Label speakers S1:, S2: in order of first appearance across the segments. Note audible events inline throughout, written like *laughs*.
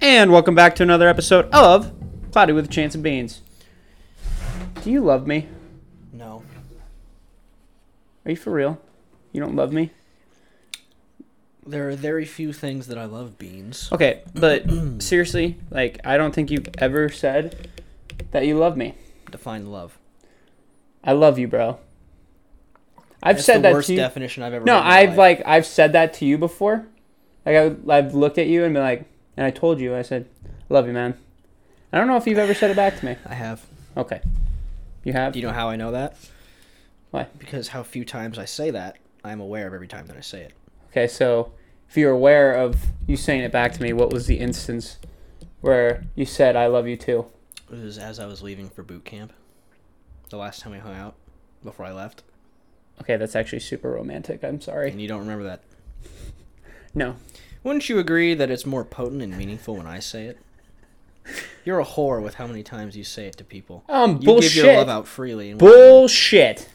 S1: And welcome back to another episode of Cloudy with a Chance of Beans. Do you love me?
S2: No.
S1: Are you for real? You don't love me?
S2: There are very few things that I love beans.
S1: Okay,
S2: *clears throat*
S1: but seriously, like, I don't think you've ever said that you love me.
S2: Define love.
S1: I love you, bro. I've
S2: That's
S1: said
S2: the
S1: that
S2: worst
S1: to you.
S2: definition I've ever
S1: no,
S2: read in my
S1: I've
S2: life.
S1: like I've said that to you before. Like I, I've looked at you and been like, and I told you, I said, "Love you, man." I don't know if you've ever said it back to me.
S2: I have.
S1: Okay, you have.
S2: Do you know how I know that?
S1: Why?
S2: Because how few times I say that, I'm aware of every time that I say it.
S1: Okay, so if you're aware of you saying it back to me, what was the instance where you said "I love you too"?
S2: It was as I was leaving for boot camp. The last time we hung out before I left.
S1: Okay, that's actually super romantic. I'm sorry.
S2: And you don't remember that.
S1: No,
S2: Wouldn't you agree that it's more potent and meaningful when I say it? You're a whore with how many times you say it to people.
S1: um,
S2: You
S1: bullshit.
S2: give your love out freely. And
S1: bullshit.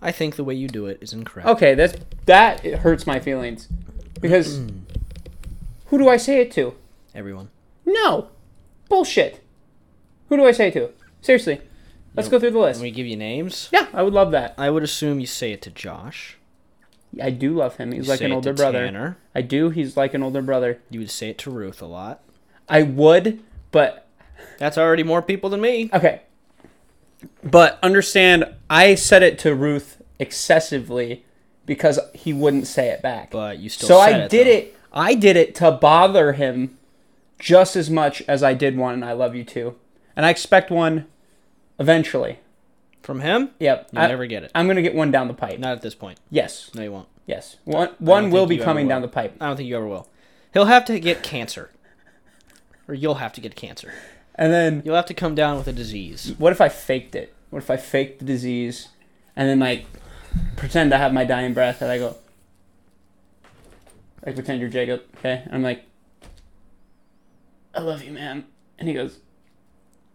S2: I think the way you do it is incorrect.
S1: Okay, that's that it hurts my feelings because
S2: Mm.
S1: who do I say it to?
S2: Everyone.
S1: No. Bullshit. Who do I say to? Seriously. Let's go through the
S2: Can
S1: list.
S2: we give you names?
S1: Yeah, I would love that.
S2: I would assume you say it to Josh.
S1: I do love him. He's
S2: You
S1: like
S2: say
S1: an
S2: it
S1: older
S2: to
S1: brother.
S2: Tanner.
S1: I do. He's like an older brother.
S2: You would say it to Ruth a lot.
S1: I would, but
S2: That's already more people than me.
S1: okay. But understand, I said it to Ruth excessively because he wouldn't say it back.
S2: But you still.
S1: so
S2: said
S1: I did
S2: though.
S1: it. I did it to bother him just as much as I did one and I love you too. And I expect one eventually.
S2: from him.
S1: Yep.
S2: You'll
S1: I-
S2: never get it.
S1: I'm gonna get one down the pipe.
S2: Not at this point.
S1: Yes,
S2: No, you won't.
S1: yes. One one
S2: think
S1: will be
S2: you ever
S1: coming down
S2: will.
S1: the pipe,
S2: I don't think you ever will. He'll have to get cancer, or you'll have to get cancer.
S1: and then
S2: You'll have to come down with a disease.
S1: what if I faked it? What if I faked the disease, and then like pretend I have my dying breath, and I go like pretend you're Jacob, okay? I'm like, I love you, man, and he goes,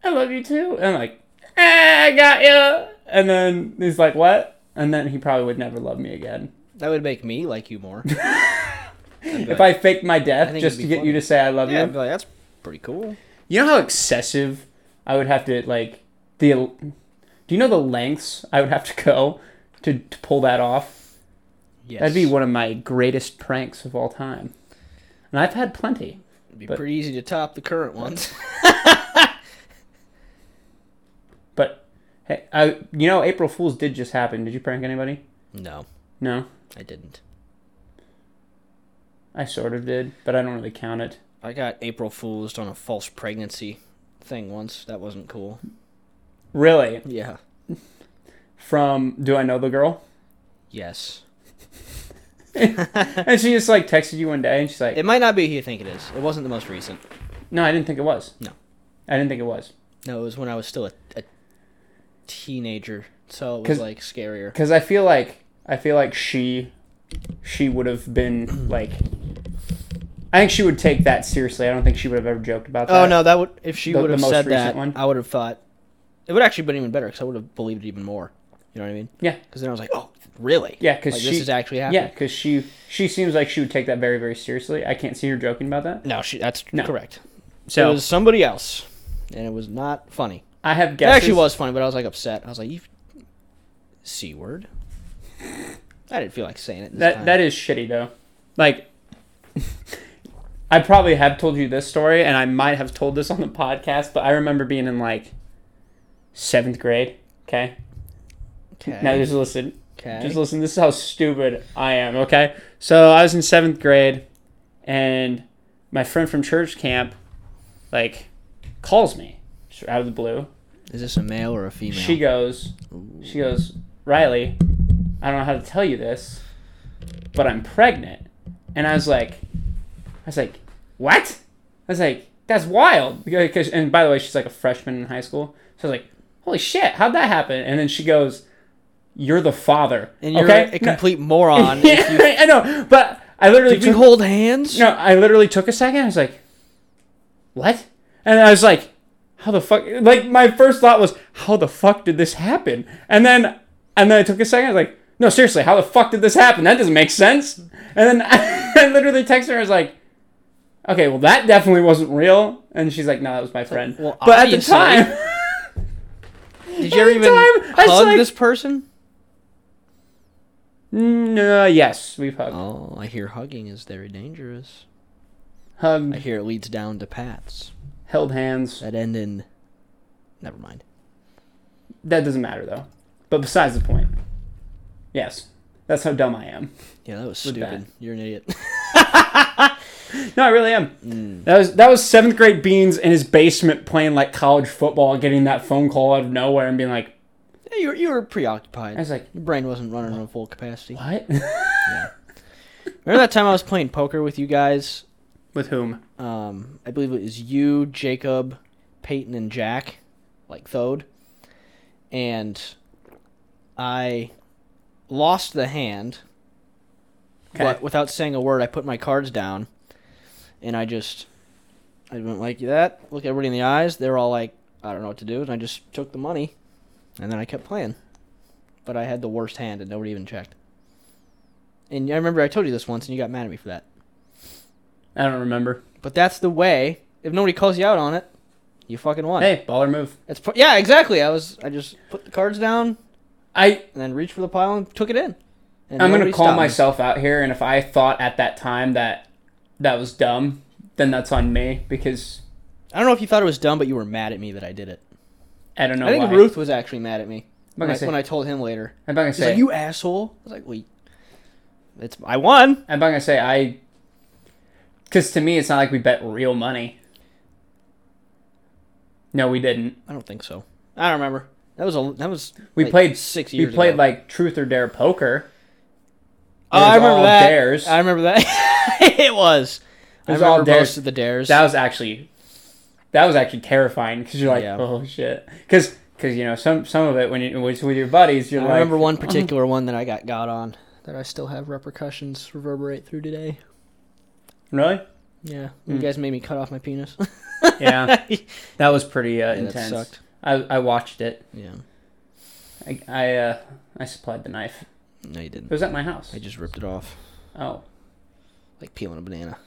S1: I love you too, and I'm like, "Ah, I got you, and then he's like, what? And then he probably would never love me again.
S2: That would make me like you
S1: *laughs*
S2: more.
S1: If I faked my death
S2: think
S1: just
S2: it'd
S1: to
S2: be
S1: get you
S2: funny.
S1: to say I love
S2: yeah,
S1: you,
S2: I'd be like, that's pretty cool.
S1: You know how excessive I would have to like the. Do you know the lengths I would have to go to, to pull that off?
S2: Yes,
S1: That'd be one of my greatest pranks of all time, and I've had plenty.
S2: It'd be
S1: but-
S2: pretty easy to top the current ones. *laughs*
S1: But hey, I you know April Fools did just happen. Did you prank anybody?
S2: no,
S1: No,
S2: I didn't.
S1: I sort of did, but I don't really count it.
S2: I got April Fool's on a false pregnancy thing once. That wasn't cool.
S1: Really,
S2: Yeah.
S1: from do I know the girl? *laughs*
S2: *laughs* Yes.
S1: And she just like texted you one day, and she's like,
S2: It might not be who you think it is. It wasn't the most recent.
S1: "No, I didn't think it was.
S2: No.
S1: I didn't think it was."
S2: No, it was when I was still a, a teenager, so it
S1: 'Cause-
S2: was like scarier.
S1: because I feel like I feel like she she would have been like I think she would take that seriously. I don't think she would have ever joked about that.
S2: Oh no, that would if she
S1: The-
S2: would have
S1: the most
S2: said
S1: recent
S2: that,
S1: one?
S2: I would have thought it would actually been even better because I would have believed it even more. You know what I mean?
S1: Yeah,
S2: Because then I was like, oh, really?
S1: yeah, because
S2: Like,
S1: she
S2: this is actually
S1: yeah,
S2: happening.
S1: 'cause she she seems like she would take that very very seriously. I can't see her joking about that.
S2: No, she, that's
S1: No.
S2: correct.
S1: So
S2: It was somebody else, and it was not funny.
S1: I have
S2: It
S1: guesses.
S2: actually was funny, but I was like upset. I was like, you c word. I didn't feel like saying it. This
S1: that
S2: time.
S1: that is shitty though. Like *laughs* I probably have told you this story, and I might have told this on the podcast, but I remember being in like seventh grade. Okay,
S2: okay.
S1: now just listen.
S2: okay.
S1: Just listen, this is how stupid I am, okay? So I was in seventh grade and my friend from church camp like calls me just out of the blue.
S2: Is this a male or a female?
S1: She goes she goes, Riley, I don't know how to tell you this, but I'm pregnant. And I was like I was like, What? I was like, that's wild. Because and by the way, she's like a freshman in high school. So I was like, Holy shit, how'd that happen? And then she goes, You're the father.
S2: and you're
S1: okay?
S2: a
S1: No.
S2: complete
S1: *laughs*
S2: moron. if
S1: Yeah,
S2: you,
S1: I know, but I literally
S2: did you
S1: took,
S2: hold hands?
S1: no, I literally took a second. I was like, "What?" And I was like, "How the fuck?" Like my first thought was, "How the fuck did this happen?" And then, and then I took a second. I was like, "No, seriously, how the fuck did this happen? That doesn't make sense." *laughs* And then I, literally texted her. I was like, "Okay, well that definitely wasn't real." And And she's like, no, that was my friend.
S2: Well,
S1: but at the
S2: obviously.
S1: time, *laughs*
S2: Did you ever
S1: At the
S2: even
S1: time, I was
S2: hug
S1: like-
S2: this person?
S1: no, yes, we've hugged.
S2: Oh, I hear hugging is very dangerous.
S1: Hugged,
S2: I hear it leads down to pats
S1: held hands.
S2: that end in. Never mind.
S1: That doesn't matter, though. But besides the point, yes, that's how dumb I am.
S2: Yeah, that was
S1: With
S2: stupid.
S1: that.
S2: You're an idiot. *laughs*
S1: No, I really am.
S2: Mm.
S1: That was that was seventh grade beans in his basement playing like college football, getting that phone call out of nowhere and being like,
S2: Yeah, you were you were preoccupied.
S1: I was like,
S2: Your brain wasn't running on full capacity.
S1: what? *laughs*
S2: Remember that time I was playing poker with you guys?
S1: With whom?
S2: Um, I believe it was you, Jacob, Peyton, and Jack, like Thode. And I lost the hand,
S1: Okay.
S2: but without saying a word, I put my cards down, and I just I went like that. Look everybody in the eyes. They're all like, I don't know what to do, and I just took the money, and then I kept playing. But I had the worst hand, and nobody even checked. And I remember I told you this once, and you got mad at me for that.
S1: I don't remember.
S2: But that's the way. If nobody calls you out on it, you fucking won.
S1: Hey, baller move.
S2: That's pro- yeah, exactly. I was I just put the cards down
S1: I
S2: and then reached for the pile and took it in. And
S1: I'm gonna
S2: nobody
S1: call
S2: stopped me.
S1: myself out here, and if I thought at that time that that was dumb, then that's on me because
S2: I don't know if you thought it was dumb, but you were mad at me that I did it.
S1: I don't know.
S2: I think
S1: why.
S2: Ruth was actually mad at me
S1: I'm not
S2: when I,
S1: gonna say.
S2: when I told him later.
S1: I'm not gonna
S2: She's
S1: say.
S2: like, "You asshole!" I was like, "Wait, it's I won."
S1: I'm not gonna say I. Because to me, it's not like we bet real money. No, we didn't.
S2: I don't think so. I don't remember. That was a that was
S1: We
S2: like,
S1: played
S2: six
S1: We
S2: years.
S1: played
S2: ago.
S1: like truth or dare poker.
S2: oh,
S1: it was
S2: I remember
S1: all
S2: that.
S1: dares.
S2: I remember that. *laughs* it was.
S1: It was
S2: I
S1: all
S2: remember
S1: dares.
S2: most of the dares.
S1: That was actually, that was actually terrifying because you're like,
S2: Yeah.
S1: oh shit, because because you know some some of it when you when it's with your buddies, you're
S2: I
S1: like, *clears throat*
S2: remember one particular one that I got got on that I still have repercussions reverberate through today. *laughs*
S1: really,
S2: Yeah, you guys made me cut off my penis.
S1: Hmm. *laughs*
S2: *laughs*
S1: yeah, that was pretty uh,
S2: Yeah,
S1: intense.
S2: that sucked.
S1: I I watched it.
S2: Yeah,
S1: I I, uh, I supplied the knife.
S2: no, you
S1: It
S2: didn't.
S1: was at my house.
S2: I just ripped it off
S1: Oh,
S2: like peeling a banana.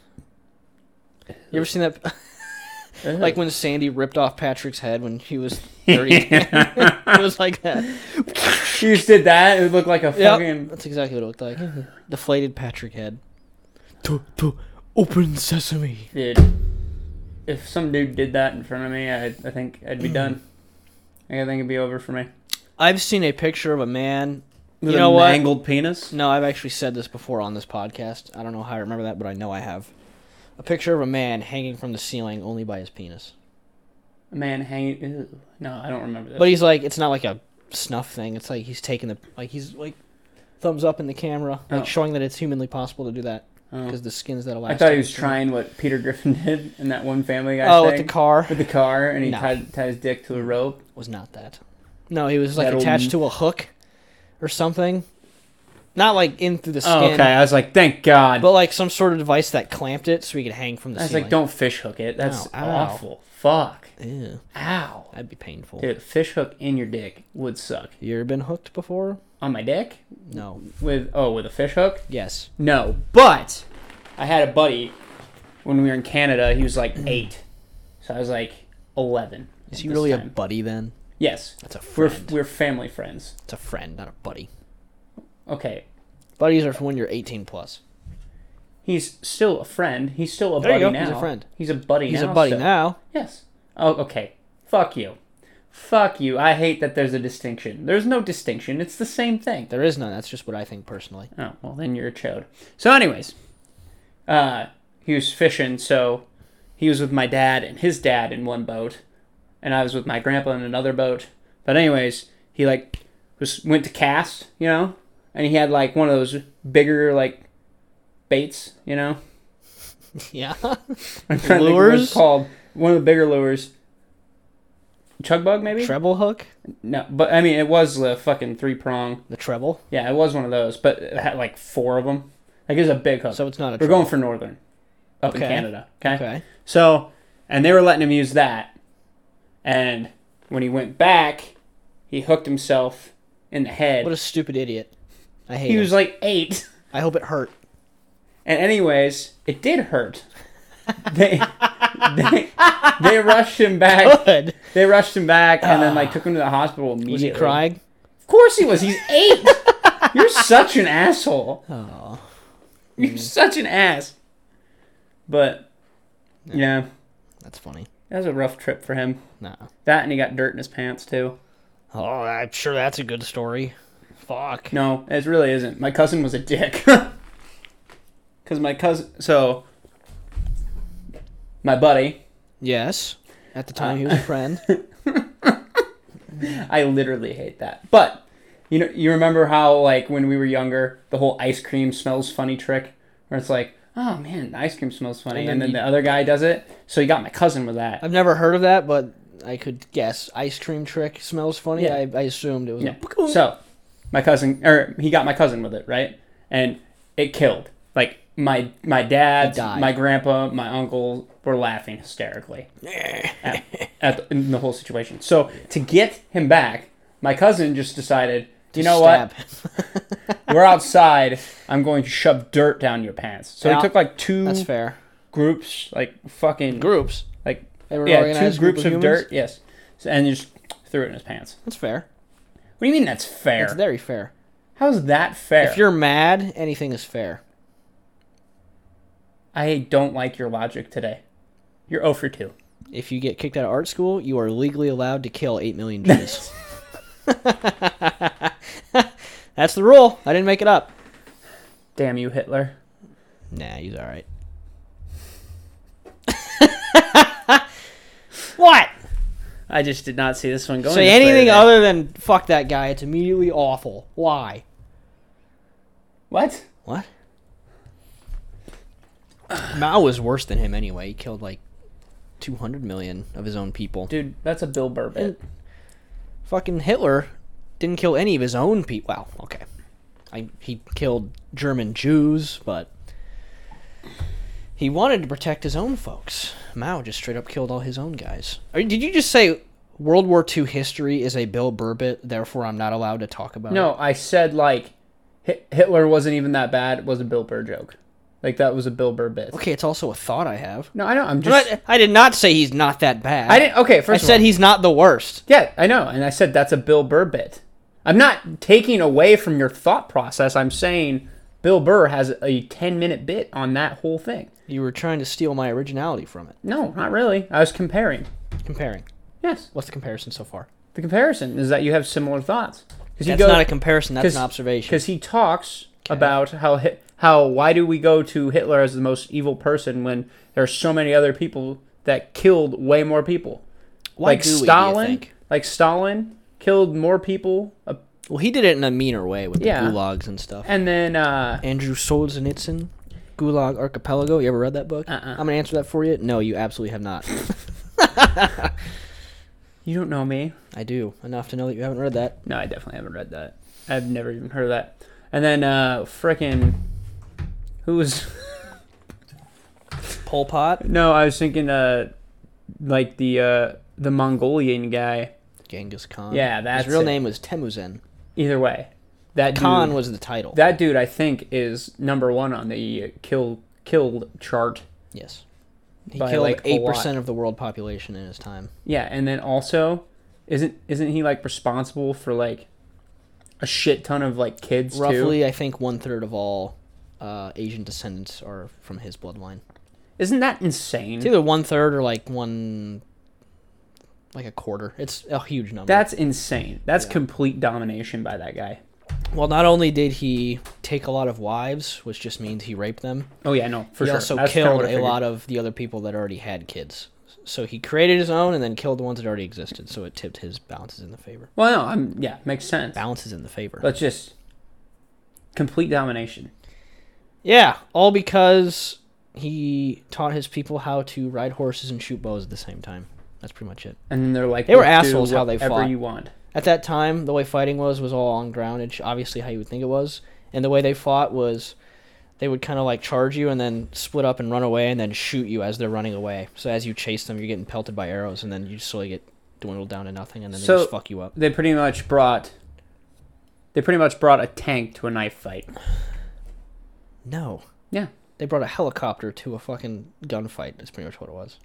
S2: You ever seen that? *laughs*
S1: Ew.
S2: like when Sandy ripped off Patrick's head when he was thirty. *laughs* it was
S1: *laughs*
S2: like that.
S1: *laughs* you just did that. It looked like a
S2: Yeah,
S1: fucking.
S2: that's exactly what it looked like.
S1: *laughs*
S2: Deflated Patrick head. To, to open sesame.
S1: Dude, if some dude did that in front of me, I, I think I'd be done. I think it'd be over for me.
S2: I've seen a picture of a man.
S1: With
S2: you
S1: a
S2: know what?
S1: mangled penis.
S2: No, I've actually said this before on this podcast. I don't know how I remember that, but I know I have. A picture of a man hanging from the ceiling only by his penis.
S1: A man hanging. Ew. No, I don't remember this.
S2: But he's like, it's not like a snuff thing. It's like he's taking the, like he's like, thumbs up in the camera, like
S1: Oh.
S2: showing that it's humanly possible to do that
S1: Oh.
S2: because the skin's that
S1: I
S2: elastic.
S1: thought he was trying what Peter Griffin *laughs* did in that one Family Guy
S2: Oh,
S1: thing
S2: with the car
S1: with the car, and he
S2: No.
S1: tied, tied his dick to a rope.
S2: was not that. No, he was like
S1: That old-
S2: attached to a hook, or something. Not like in through the skin,
S1: I was like, thank God.
S2: but like some sort of device that clamped it so he could hang from the
S1: I was
S2: ceiling.
S1: like, don't fish hook it. That's
S2: Ow, ow.
S1: awful. Fuck.
S2: Ew,
S1: Ow.
S2: that'd be painful.
S1: Dude, fish hook in your dick would suck.
S2: You ever been hooked before?
S1: On my dick?
S2: No.
S1: With oh, with a fish hook?
S2: Yes.
S1: No. But I had a buddy when we were in Canada, he was like eight. So I was like eleven.
S2: Mm. Is
S1: at
S2: he
S1: this
S2: really a
S1: time.
S2: buddy then?
S1: Yes.
S2: That's a friend.
S1: We're we're family friends.
S2: it's a friend, not a buddy.
S1: Okay.
S2: Buddies are for when you're 18 plus.
S1: He's still a friend. He's still a
S2: There
S1: buddy
S2: you go.
S1: now.
S2: He's a friend.
S1: He's a buddy
S2: He's
S1: now.
S2: a buddy
S1: so-
S2: now.
S1: Yes. Oh, okay. Fuck you. Fuck you. I hate that there's a distinction. There's no distinction. It's the same thing.
S2: There is none. That's just what I
S1: *laughs*
S2: think personally.
S1: Oh, well, then you're a chode. So, anyways, uh, he was fishing, so he was with my dad and his dad in one boat, and I was with my grandpa in another boat. But, anyways, he like was went to cast, you know, and he had like one of those bigger like baits, you know, *laughs*
S2: yeah.
S1: I'm trying to think what
S2: Lures?
S1: it's called one of the bigger lures. Chug bug, maybe?
S2: treble hook?
S1: no, but I mean, it was a fucking three prong.
S2: The treble?
S1: Yeah, it was one of those, but it had like four of them. Like it was a big hook.
S2: So it's not a
S1: We're
S2: treble.
S1: going for Northern up in
S2: Okay.
S1: Canada. Okay?
S2: Okay.
S1: So, and they were letting him use that. And when he went back, he hooked himself in the head.
S2: What a stupid idiot. I hate
S1: he
S2: him.
S1: was like eight. *laughs*
S2: I hope it hurt. *laughs*
S1: And, anyways, it did hurt. They, they, they rushed him back.
S2: Good.
S1: They rushed him back and then like took him to the hospital immediately.
S2: Was he crying?
S1: Of course he was. He's eight. You're such an asshole.
S2: Oh.
S1: You're such an ass. But yeah,
S2: That's funny.
S1: that was a rough trip for him.
S2: No.
S1: That and he got dirt in his pants too.
S2: Oh, I'm sure that's a good story. Fuck.
S1: No, it really isn't. My cousin was a dick. *laughs* Cause my cousin, so my buddy,
S2: Yes. At the time, he
S1: Uh,
S2: was a friend.
S1: *laughs* I literally hate that. But you know, you remember how like when we were younger, the whole ice cream smells funny trick, where it's like, oh man, the ice cream smells funny, and
S2: And
S1: then,
S2: then you-
S1: the other guy does it. So he got my cousin with that.
S2: I've never heard of that, but I could guess. Ice cream trick smells funny.
S1: Yeah.
S2: I, I assumed it was.
S1: Yeah.
S2: A...
S1: So my cousin, or he got my cousin with it, right? And it killed. Like my my dad,
S2: He died.
S1: my grandpa, my uncle were laughing hysterically at, at the, in the whole situation. So to get him back, my cousin just decided, you know what?
S2: what?
S1: We're outside. I'm going to shove dirt down your pants. So
S2: Yeah.
S1: he took like two
S2: That's fair.
S1: groups, like fucking
S2: Groups.
S1: like
S2: They were
S1: yeah, two
S2: organized group
S1: groups
S2: of
S1: of,
S2: humans?
S1: dirt. Yes, so, and just threw it in his pants.
S2: That's fair.
S1: What do you mean that's fair?
S2: That's very fair.
S1: How's that fair?
S2: If you're mad, anything is fair.
S1: I don't like your logic today. You're 0 for 2.
S2: If you get kicked out of art school, you are legally allowed to kill 8 million *laughs* Jews. That's the rule. I didn't make it up.
S1: Damn you, Hitler.
S2: Nah, he's all right. *laughs* what?
S1: I just did not see this one going.
S2: Say anything other than fuck that guy. It's immediately awful. Why?
S1: What?
S2: What? Mao was worse than him anyway. He killed like 200 million of his own people.
S1: Dude, that's a Bill Burr bit.
S2: Fucking Hitler didn't kill any of his own people. Well, okay. I, he killed German Jews, but he wanted to protect his own folks. Mao just straight up killed all his own guys. Are- Did you just say World War II history is a Bill Burr bit, therefore I'm not allowed to talk about it?
S1: No, I said, like, Hi- Hitler wasn't even that bad. It was a Bill Burr joke. Like, that was a Bill Burr bit.
S2: Okay, it's also a thought I have.
S1: No, I know. I'm
S2: I'm
S1: just.
S2: not- I did not say he's not that bad.
S1: I didn't. Okay,
S2: I
S1: first of
S2: said
S1: all-
S2: he's not the worst.
S1: Yeah, I know. And I said that's a Bill Burr bit. I'm not taking away from your thought process. I'm saying Bill Burr has a 10 minute bit on that whole thing.
S2: You were trying to steal my originality from it.
S1: No, not really. I was comparing.
S2: Comparing.
S1: Yes.
S2: What's the comparison so far?
S1: The comparison is that you have similar thoughts. Because
S2: That's not a comparison. That's an observation.
S1: Because he talks about how Hi- how why do we go to Hitler as the most evil person when there are so many other people that killed way more people,
S2: Why
S1: like
S2: do we, do you
S1: Stalin.
S2: think?
S1: Like Stalin killed more people, uh,
S2: Well, he did it in a meaner way with
S1: Yeah.
S2: the gulags and stuff.
S1: and then uh,
S2: Andrew Solzhenitsyn, Gulag Archipelago. You ever read that book?
S1: Uh-uh.
S2: I'm gonna answer that for you. No, you absolutely have not.
S1: you don't know me.
S2: I do enough to know that you haven't read that.
S1: No, I definitely haven't read that. I've never even heard of that. And then uh, frickin' who was *laughs*
S2: Pol Pot,
S1: no? I was thinking uh, like the uh, the Mongolian guy.
S2: Genghis Khan.
S1: Yeah, that's
S2: his real
S1: it.
S2: name was Temuzin.
S1: Either way, that
S2: Khan
S1: dude,
S2: was the title.
S1: that dude I think is number one on the uh, kill killed chart.
S2: yes, he
S1: By,
S2: killed
S1: like, a
S2: eight percent of the world population in his time.
S1: Yeah, and then also, isn't isn't he like responsible for like a shit ton of like kids
S2: Roughly,
S1: too?
S2: I think one third of all uh, Asian descendants are from his bloodline.
S1: Isn't that insane?
S2: It's either one third or like one, like a quarter. It's a huge number.
S1: That's insane. That's complete domination by that guy.
S2: Well, not only did he take a lot of wives, which just means he raped them,
S1: Oh yeah, no, for
S2: he
S1: sure.
S2: also
S1: That's kinda
S2: killed
S1: what I
S2: a
S1: figured.
S2: lot of the other people that already had kids. So he created his own and then killed the ones that already existed. So it tipped his balances in the favor.
S1: Well, no, I'm yeah, makes sense.
S2: Balances in the favor.
S1: But just complete domination.
S2: yeah, all because he taught his people how to ride horses and shoot bows at the same time. That's pretty much it.
S1: And then they're like,
S2: They were
S1: "We'll do
S2: assholes how they
S1: whatever
S2: fought."
S1: you want.
S2: At that time, the way fighting was was all on groundage, obviously how you would think it was, and the way they fought was they would kind of like charge you and then split up and run away and then shoot you as they're running away. So as you chase them, you're getting pelted by arrows and then you slowly get dwindled down to nothing and then
S1: So-
S2: they just fuck you up.
S1: they pretty much brought they pretty much brought a tank to a knife fight.
S2: No.
S1: Yeah.
S2: They brought a helicopter to a fucking gunfight. That's pretty much what it was.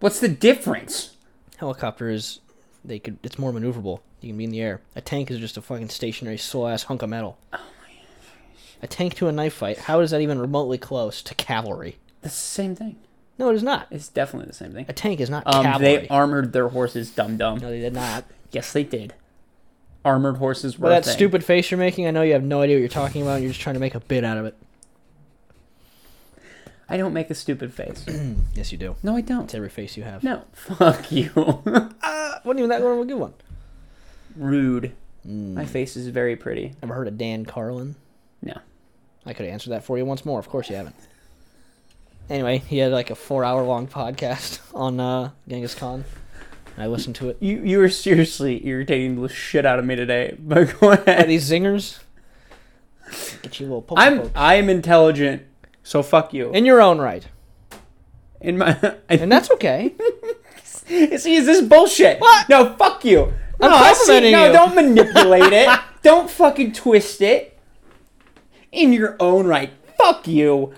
S1: What's the difference?
S2: Helicopter is they could it's more maneuverable. You can be in the air. A tank is just a fucking stationary soul ass hunk of metal. A tank to a knife fight. How is that even remotely close to cavalry?
S1: That's the same thing.
S2: No, it is not.
S1: It's definitely the same thing.
S2: A tank is not
S1: Um,
S2: cavalry.
S1: they armored their horses, dum dum.
S2: no, they did not.
S1: Yes, they did. Armored horses were
S2: But
S1: a
S2: that
S1: thing.
S2: stupid face you're making, I know you have no idea what you're talking about. And you're just trying to make a bit out of it. *clears throat*
S1: I don't make a stupid face. *clears throat*
S2: Yes, you do.
S1: No, I don't.
S2: It's every face you have.
S1: No, *laughs* fuck you. *laughs*
S2: Ah, wasn't even that one of a good one.
S1: Rude.
S2: Hmm.
S1: My face is very pretty.
S2: Ever heard of Dan Carlin?
S1: No.
S2: I could have answered that for you once more. Of course you haven't. Anyway, he had like a four-hour-long podcast *laughs* on uh, Genghis Khan. And I listened to it.
S1: You you were seriously irritating the shit out of me today. But *laughs* go
S2: Are
S1: ahead.
S2: these zingers? Get you a little poke
S1: I'm
S2: poke.
S1: I'm intelligent, so fuck you.
S2: in your own right,
S1: In my *laughs*
S2: and that's okay.
S1: see, is this bullshit?
S2: What?
S1: No, fuck you.
S2: I'm
S1: no, I see-
S2: complimenting
S1: no,
S2: you.
S1: don't manipulate *laughs* it. don't fucking twist it. In your own right. Fuck you.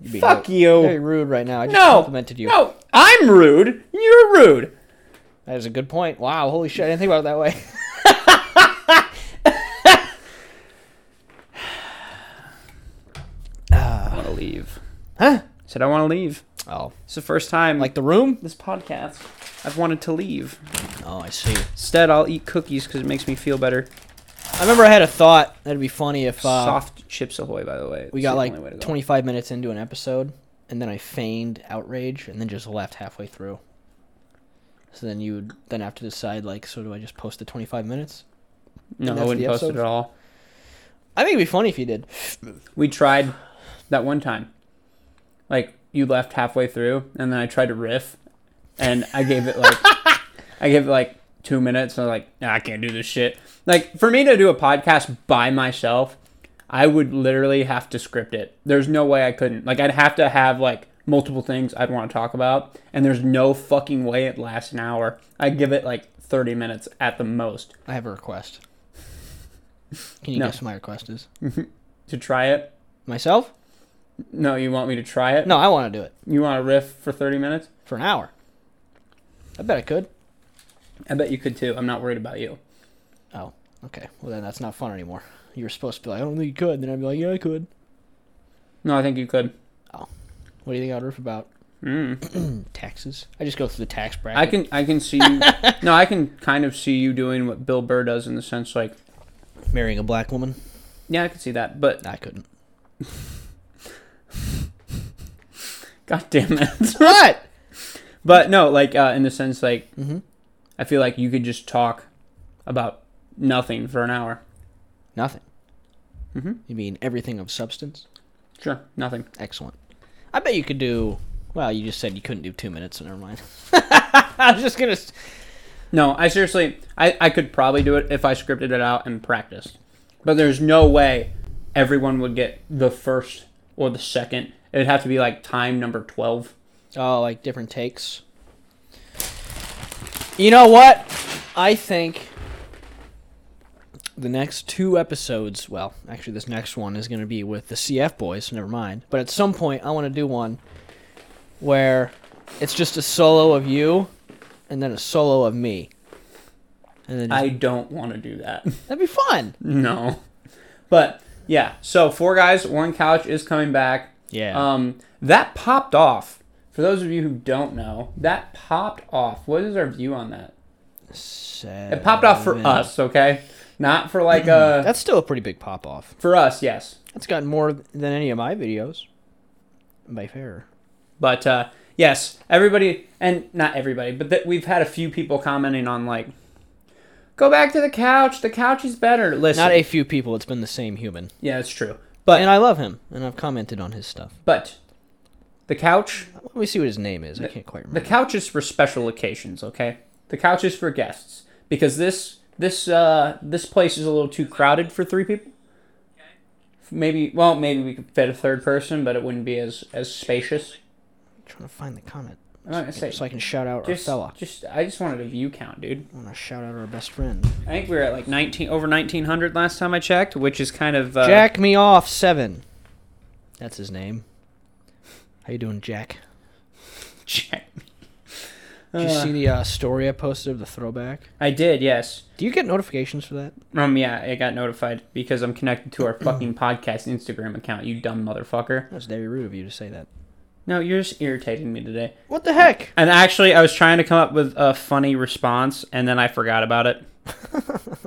S2: You're being
S1: Fuck
S2: very-
S1: you.
S2: Very rude right now. I just
S1: No.
S2: complimented you.
S1: No, I'm rude. You're rude.
S2: That is a good point. Wow, holy shit! I didn't think about it
S1: *laughs*
S2: that way.
S1: I want to leave.
S2: Huh?
S1: Said I want to leave.
S2: Oh,
S1: It's the first time
S2: like the room?
S1: this podcast. I've wanted to leave.
S2: Oh, I see.
S1: Instead, I'll eat cookies because it makes me feel better.
S2: I remember I had a thought that'd be funny if uh,
S1: Soft chips ahoy, by the way.
S2: we
S1: It's
S2: got
S1: the only way to
S2: like
S1: go.
S2: 25 minutes into an episode, and then I feigned outrage, and then just left halfway through. So then you would then have to decide like, so do I just post the 25 minutes?
S1: No,
S2: and
S1: I
S2: that's
S1: wouldn't
S2: the
S1: post it
S2: episode?
S1: at all.
S2: I think it'd be funny if you did.
S1: We tried that one time. Like you left halfway through, and then I tried to riff, and I gave it like I gave it like two minutes. And I was like, nah, I can't do this shit. Like for me to do a podcast by myself, I would literally have to script it. There's no way I couldn't. Like I'd have to have like multiple things I'd want to talk about, and there's no fucking way it lasts an hour. I give it like 30 minutes at the most
S2: I have a request. Can you
S1: No.
S2: guess what my request is?
S1: to try it.
S2: Myself?
S1: No, you want me to try it?
S2: No, I want to do it
S1: You want to riff for 30 minutes?
S2: for an hour. I bet I could.
S1: I bet you could too. I'm not worried about you.
S2: Oh, okay. Well then that's not fun anymore. You were supposed to be like, I don't think you could. Then I'd be like, yeah, I could.
S1: No, I think you could.
S2: What do you think I'd riff about?
S1: Mm.
S2: Taxes. I just go through the tax bracket.
S1: I can I can see *laughs* you. no, I can kind of see you doing what Bill Burr does in the sense like,
S2: marrying a black woman.
S1: yeah, I can see that. But
S2: I couldn't.
S1: god damn it. *laughs*
S2: What?
S1: but no, like uh, in the sense like,
S2: Mhm.
S1: I feel like you could just talk about nothing for an hour.
S2: Nothing.
S1: Mhm.
S2: You mean everything of substance?
S1: Sure, nothing.
S2: Excellent. I bet you could do. Well, you just said you couldn't do two minutes, so never mind. *laughs* I was just gonna. s-
S1: No, I seriously, I, I could probably do it if I scripted it out and practiced. But there's no way everyone would get the first or the second. It'd have to be like time number 12.
S2: Oh, like different takes. You know what? I think the next two episodes, well, actually, this next one is going to be with the CF boys, so never mind. But at some point, I want to do one where it's just a solo of you and then a solo of me. And then just,
S1: I don't want to do that. *laughs*
S2: that'd be fun.
S1: No. But yeah, so four guys, one couch is coming back.
S2: Yeah.
S1: Um, that popped off. For those of you who don't know, that popped off. What is our view on that? It popped off for us, okay? Not for like uh
S2: *clears throat* That's still a pretty big pop off.
S1: for us, yes.
S2: That's gotten more than any of my videos. By fair.
S1: But uh yes, everybody and not everybody, but that we've had a few people commenting on like go back to the couch, the couch is better. Listen.
S2: Not a few people. It's been the same human.
S1: yeah, it's true. But
S2: and I love him, and I've commented on his stuff.
S1: but the couch
S2: Let me see what his name is. I can't quite remember.
S1: The couch is for special occasions, okay? The couch is for guests because this this uh this place is a little too crowded for three people. Maybe well, maybe we could fit a third person, but it wouldn't be as as spacious.
S2: I'm trying to find the comment
S1: I'm not gonna say
S2: so I can shout out
S1: just,
S2: our fella.
S1: just I just wanted a view count, dude.
S2: I want to shout out our best friend.
S1: I think we were at like 19 over 1900 last time I checked, which is kind of uh, *laughs*
S2: Jack me off seven. That's his name. How you doing, Jack?
S1: Jack.
S2: Did you
S1: Uh,
S2: see the uh, story I posted of the throwback?
S1: I did, yes.
S2: Do you get notifications for that?
S1: Um, yeah, I got notified because I'm connected to
S2: *clears throat*
S1: our fucking podcast Instagram account. You dumb motherfucker.
S2: That's very rude of you to say that.
S1: No, you're just irritating me today.
S2: What the heck?
S1: And actually, I was trying to come up with a funny response, and then I forgot about it.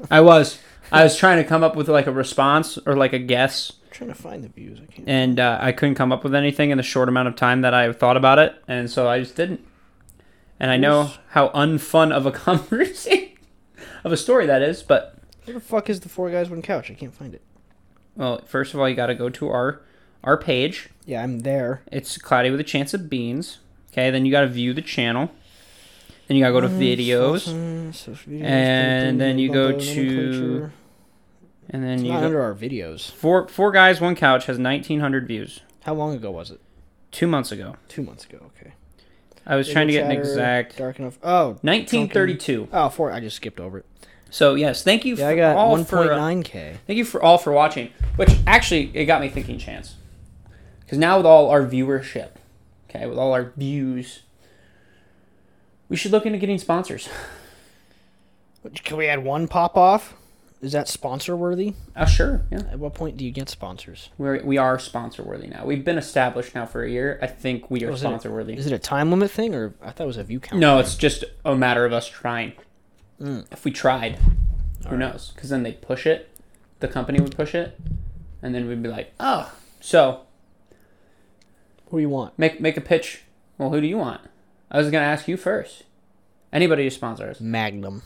S1: I was, I was trying to come up with like a response or like a guess,
S2: I'm trying to find the views. I can't.
S1: and uh, I couldn't come up with anything in the short amount of time that I thought about it, and so I just didn't. And I know how unfun of a *laughs* conversation, of a story that is, but
S2: Where the fuck is the four guys one couch? I can't find it.
S1: well, first of all, you got to go to our our page.
S2: Yeah, I'm there.
S1: It's cloudy with a chance of beans. Okay, then you got to view the channel. Then you got to go to videos.
S2: Uh, social media,
S1: Mm, And
S2: LinkedIn,
S1: then you go
S2: blah, blah,
S1: to-
S2: nomenclature.
S1: And then
S2: It's
S1: you
S2: not
S1: go,
S2: under our videos.
S1: four four guys, one couch has nineteen hundred views.
S2: How long ago was it?
S1: Two months ago,
S2: Two months ago. Okay.
S1: I was trying to get an
S2: Chatter,
S1: exact
S2: Dark enough. Oh.
S1: nineteen thirty two.
S2: Oh, four. I just skipped over it.
S1: So yes, thank you.
S2: Yeah,
S1: for
S2: I got
S1: all for, uh,
S2: 1.9k.
S1: Thank you for all for watching. Which actually, it got me thinking, Chance, because now with all our viewership, okay, with all our views, we should look into getting sponsors. *laughs*
S2: Which- Can we add one pop off? Is that sponsor worthy?
S1: Oh sure, yeah.
S2: At what point do you get sponsors?
S1: We're, we are sponsor worthy now. We've been established now for a year. I think we are
S2: Oh, is it-
S1: sponsor worthy.
S2: Is it a time limit thing, or I thought it was a view count?
S1: No, it's just a matter of us trying.
S2: Mm.
S1: If we tried, who knows? Because then they push it, the company would push it, and then we'd be like, oh, so
S2: Who do you want?
S1: make make a pitch. Well, who do you want? I was gonna ask you first. Anybody who sponsors
S2: Magnum.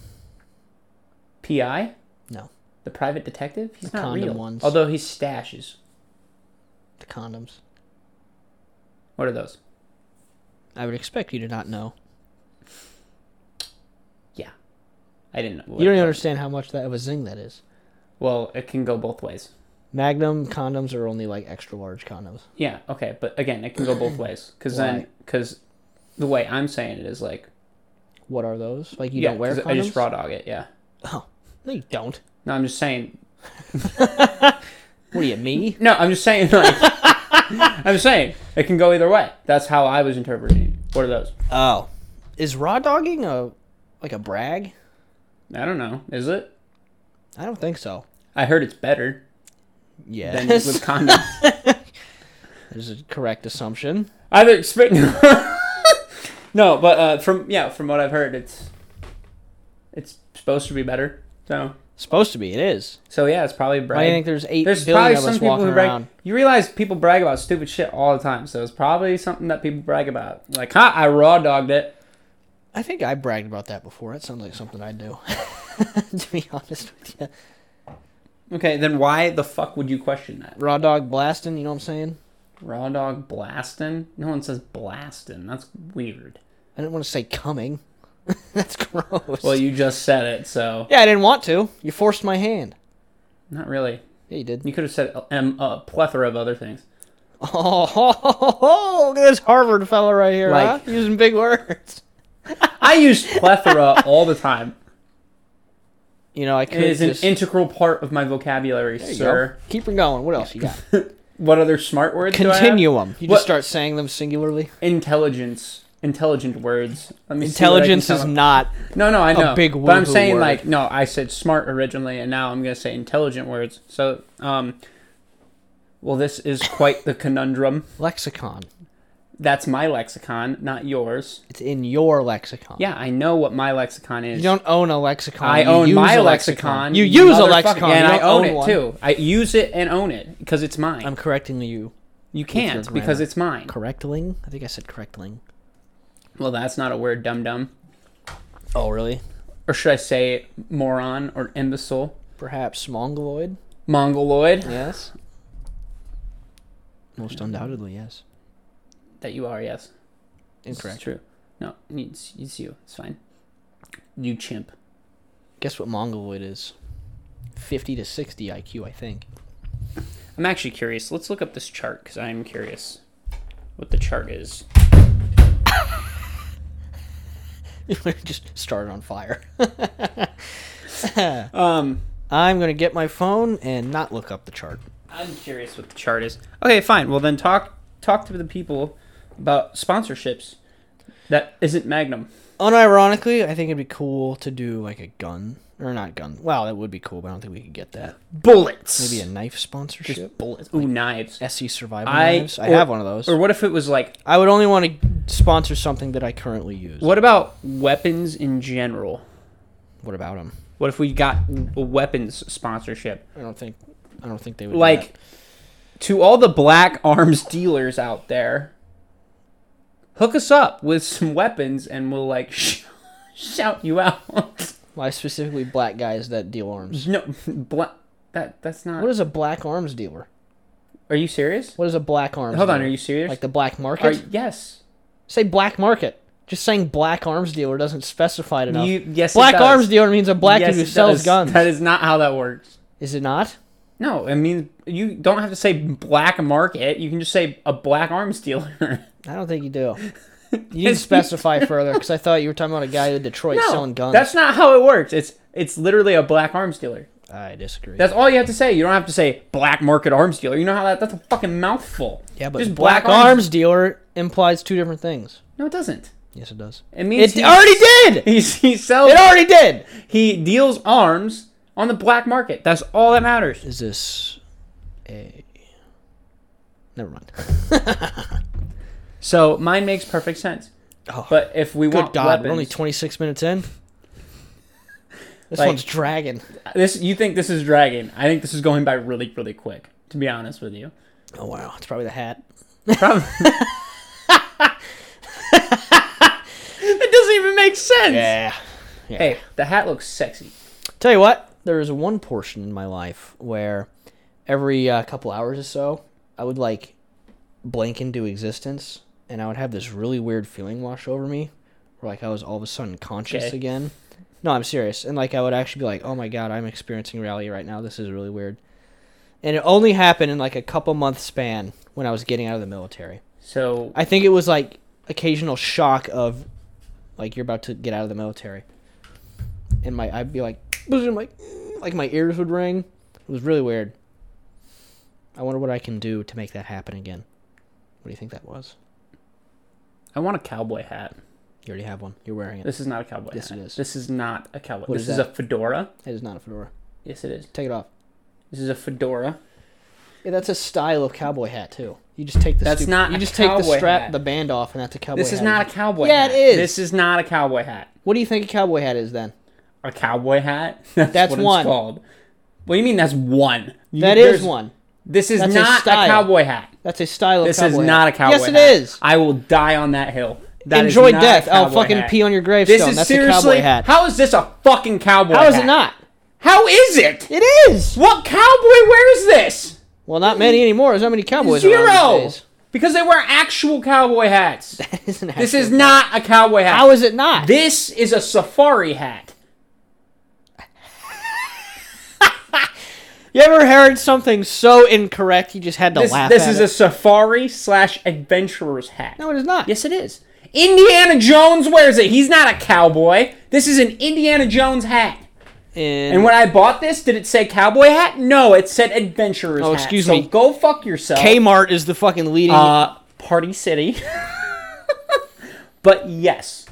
S1: PI,
S2: No,
S1: the private detective, he's
S2: The
S1: not
S2: condom
S1: real.
S2: ones.
S1: Although his stashes.
S2: the condoms.
S1: What are those?
S2: I would expect you to not know.
S1: I didn't know.
S2: you don't even understand how much that of a zing that is.
S1: well, it can go both ways.
S2: Magnum condoms are only like extra large condoms.
S1: Yeah, okay, but again, it can go
S2: *clears throat*
S1: both ways. Because
S2: Why?
S1: then, because the way I'm saying it is like,
S2: What are those? Like you
S1: yeah,
S2: don't wear
S1: 'cause
S2: condoms?
S1: I just raw dog it. Yeah.
S2: Oh, no, you don't.
S1: No, I'm just saying.
S2: What are you, me?
S1: No, I'm just saying. *laughs* Like, I'm saying it can go either way. That's how I was interpreting. it. What are those?
S2: *laughs* Oh, is raw dogging a like a brag?
S1: I don't know. Is it?
S2: I don't think so.
S1: I heard it's better
S2: Yeah,
S1: than with condoms. *laughs*
S2: that is a correct assumption.
S1: I've expect. *laughs* no, but uh, from yeah, from what I've heard, it's it's supposed to be better. So
S2: Supposed to be, it is.
S1: so yeah, it's probably
S2: Why do you
S1: brag.
S2: think there's eight
S1: There's
S2: billion
S1: probably
S2: of
S1: some
S2: us
S1: people
S2: walking
S1: who
S2: around?
S1: brag. You realize people brag about stupid shit all the time, so it's probably something that people brag about. Like, ha, I raw dogged it.
S2: I think I bragged about that before. That sounds like something I do. *laughs* to be honest with you,
S1: Okay, then why the fuck would you question that?
S2: raw dog blasting. You know what I'm saying?
S1: Raw dog blasting? No one says blasting. That's weird.
S2: I didn't want to say coming. *laughs* That's gross.
S1: Well, you just said it, so
S2: yeah, I didn't want to. You forced my hand.
S1: not really.
S2: Yeah, you did.
S1: You could have said um, a plethora of other things.
S2: Oh, *laughs* look at this Harvard fella right here,
S1: Like-
S2: huh? Using big words.
S1: I use
S2: *laughs*
S1: plethora all the time.
S2: You know, I
S1: It
S2: could
S1: is an
S2: just...
S1: integral part of my vocabulary,
S2: There you go.
S1: sir.
S2: Keep her going. What else
S1: *laughs*
S2: you got?
S1: What other smart words? do I have?
S2: Continuum. You
S1: What-
S2: just start saying them singularly.
S1: Intelligence. Intelligent words. Let me see what I can
S2: Intelligence
S1: come
S2: is
S1: up-
S2: not.
S1: no, no. I know.
S2: big
S1: but I'm
S2: woohoo
S1: saying
S2: word.
S1: like no. I said smart originally, and now I'm gonna say intelligent words. So, um, well, this is quite the conundrum.
S2: Lexicon.
S1: That's my lexicon, not yours.
S2: It's in your lexicon.
S1: Yeah, I know what my lexicon is.
S2: You don't own a lexicon.
S1: I
S2: you
S1: own
S2: use
S1: my
S2: a
S1: lexicon.
S2: You use a
S1: motherfucker,
S2: lexicon.
S1: and
S2: you
S1: I
S2: don't
S1: own, it
S2: one.
S1: too. I use it and own it because it's mine.
S2: I'm correcting you.
S1: you
S2: your
S1: can't
S2: grammar.
S1: because it's mine.
S2: Correctling? I think I said correctling.
S1: Well, that's not a word, dum dum.
S2: Oh, really?
S1: Or should I say moron or imbecile?
S2: Perhaps mongoloid?
S1: Mongoloid
S2: Yes. Most undoubtedly, yes.
S1: that you are. Yes, It's
S2: Incorrect.
S1: true. No, it's, it's you. It's fine. You chimp.
S2: Guess what mongoloid is? 50 to 60 IQ, I think. *laughs*
S1: I'm actually curious. Let's look up this chart because I'm curious what the chart is.
S2: Just started on fire. *laughs*
S1: Um,
S2: I'm going to get my phone and not look up the chart.
S1: I'm curious what the chart is. Okay, fine. Well, then talk talk to the people about sponsorships. That isn't Magnum.
S2: unironically, I think it'd be cool to do like a gun or not gun. Wow, that would be cool, but I don't think we could get that.
S1: Bullets.
S2: Maybe a knife sponsorship.
S1: Just bullets. Ooh, knives.
S2: SE survival
S1: I-
S2: knives. I
S1: or-
S2: have one of those.
S1: Or what if it was like
S2: I would only want to sponsor something that I currently use.
S1: What about weapons in general?
S2: What about them?
S1: What if we got w- a weapons sponsorship?
S2: I don't think. I don't think they would do
S1: Like, to all the black *laughs* arms dealers out there, hook us up with some weapons and we'll, like, *laughs* sh- shout you out. *laughs*
S2: that. Why specifically black guys that deal arms?
S1: no, black. That, that's not.
S2: What is a black arms dealer?
S1: are you serious?
S2: What is a black arms?
S1: Hold on,
S2: dealer?
S1: are you serious?
S2: like the black market?
S1: Are- yes.
S2: Say black market. Just saying black arms dealer doesn't specify it enough.
S1: You, yes. it
S2: black
S1: does.
S2: arms dealer means a black
S1: Yes,
S2: dude
S1: it
S2: who sells
S1: does.
S2: guns.
S1: That is not how that works.
S2: Is it not?
S1: No, I mean, you don't have to say black market. You can just say a black arms dealer. *laughs*
S2: I don't think you do. You didn't specify further because I thought you were talking about a guy in Detroit
S1: No,
S2: selling guns.
S1: That's not how it works. It's it's literally a black arms dealer.
S2: I disagree.
S1: That's all you have to say. You don't have to say black market arms dealer. You know how that that's a fucking mouthful.
S2: yeah, but
S1: just
S2: black,
S1: black
S2: arms.
S1: arms-
S2: dealer implies two different things.
S1: No, it doesn't.
S2: Yes, it does.
S1: It means
S2: It already did.
S1: *laughs* He, he sells.
S2: It already did.
S1: he deals arms on the black market. That's all that matters.
S2: Is this a? Never mind.
S1: So mine makes perfect sense.
S2: Oh,
S1: But if we
S2: good
S1: want
S2: God,
S1: weapons,
S2: we're only 26 minutes in. This
S1: Like-
S2: one's dragging.
S1: this you think this is dragging? I think this is going by really really quick. To be honest with you,
S2: Oh wow, it's probably the hat.
S1: Probably. it doesn't even make sense.
S2: Yeah.
S1: Hey, the hat looks sexy.
S2: Tell you what, there is one portion in my life where every uh, couple hours or so, I would like blank into existence, and I would have this really weird feeling wash over me, where like I was all of a sudden conscious
S1: Okay.
S2: again. No, I'm serious, and like I would actually be like, "Oh my god, I'm experiencing reality right now. This is really weird." And it only happened in like a couple month span when I was getting out of the military.
S1: So
S2: I think it was like occasional shock of like you're about to get out of the military. And my I'd be like *sniffs* like like my ears would ring. It was really weird. I wonder what I can do to make that happen again. What do you think that was?
S1: I want a cowboy hat.
S2: You already have one. You're wearing it.
S1: This is not a cowboy
S2: Yes,
S1: hat.
S2: it is.
S1: This is not a cowboy.
S2: What
S1: this
S2: is
S1: is,
S2: that?
S1: a fedora.
S2: It is not a fedora.
S1: Yes, it is.
S2: Take it off.
S1: This is a fedora.
S2: Yeah, that's a style of cowboy hat too. You just take the
S1: That's
S2: stup-
S1: not
S2: you
S1: a
S2: just take the
S1: cowboy
S2: strap
S1: hat.
S2: the band off and that's a cowboy
S1: this
S2: hat.
S1: is not a cowboy
S2: Yeah,
S1: hat.
S2: it is.
S1: This is not a cowboy hat.
S2: What do you think a cowboy hat is then?
S1: A cowboy hat? *laughs* That's,
S2: That's
S1: what
S2: one.
S1: it's called. What do you mean that's one? You-
S2: That is
S1: there's-
S2: one.
S1: This is
S2: That's a
S1: not a,
S2: style.
S1: cowboy hat.
S2: That's a style of
S1: This
S2: cowboy
S1: is
S2: hat.
S1: not a cowboy
S2: Yes,
S1: hat.
S2: it is.
S1: I will die on that hill. That is
S2: Enjoy
S1: not a
S2: death. I'll
S1: cowboy
S2: fucking
S1: hat.
S2: pee on your gravestone.
S1: This is
S2: That's
S1: seriously.
S2: a cowboy hat.
S1: How is this a fucking cowboy
S2: How is
S1: hat?
S2: it not?
S1: How is it?
S2: It is.
S1: What cowboy wears this?
S2: Well, not many anymore. There's not many cowboys around
S1: Zero.
S2: these days.
S1: Because they wear actual cowboy hats.
S2: *laughs* That is an
S1: This
S2: actual-
S1: is not a cowboy hat.
S2: How is it not?
S1: this is a safari hat.
S2: you ever heard something so incorrect you just had to
S1: This,
S2: laugh?
S1: this
S2: at
S1: is
S2: it?
S1: a safari slash adventurer's hat.
S2: No, it is not.
S1: Yes, it is. Indiana Jones wears it. He's not a cowboy. This is an Indiana Jones hat.
S2: And,
S1: And when I bought this, did it say cowboy hat? No, it said adventurer's
S2: Oh,
S1: hat.
S2: excuse
S1: So
S2: me.
S1: go fuck yourself.
S2: Kmart is the fucking leading.
S1: Uh, Party City. *laughs* but yes,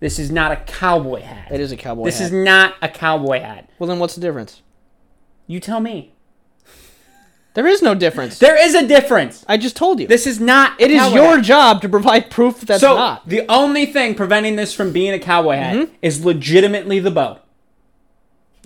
S1: this is not a cowboy hat.
S2: it is a cowboy
S1: This
S2: hat.
S1: is not a cowboy hat.
S2: well, then what's the difference?
S1: You tell me.
S2: There is no difference.
S1: There is a difference.
S2: I just told you.
S1: This is not.
S2: it is your job to provide proof that that's
S1: So
S2: not. Mm-hmm.
S1: the only thing preventing this from being a cowboy hat is legitimately the bow.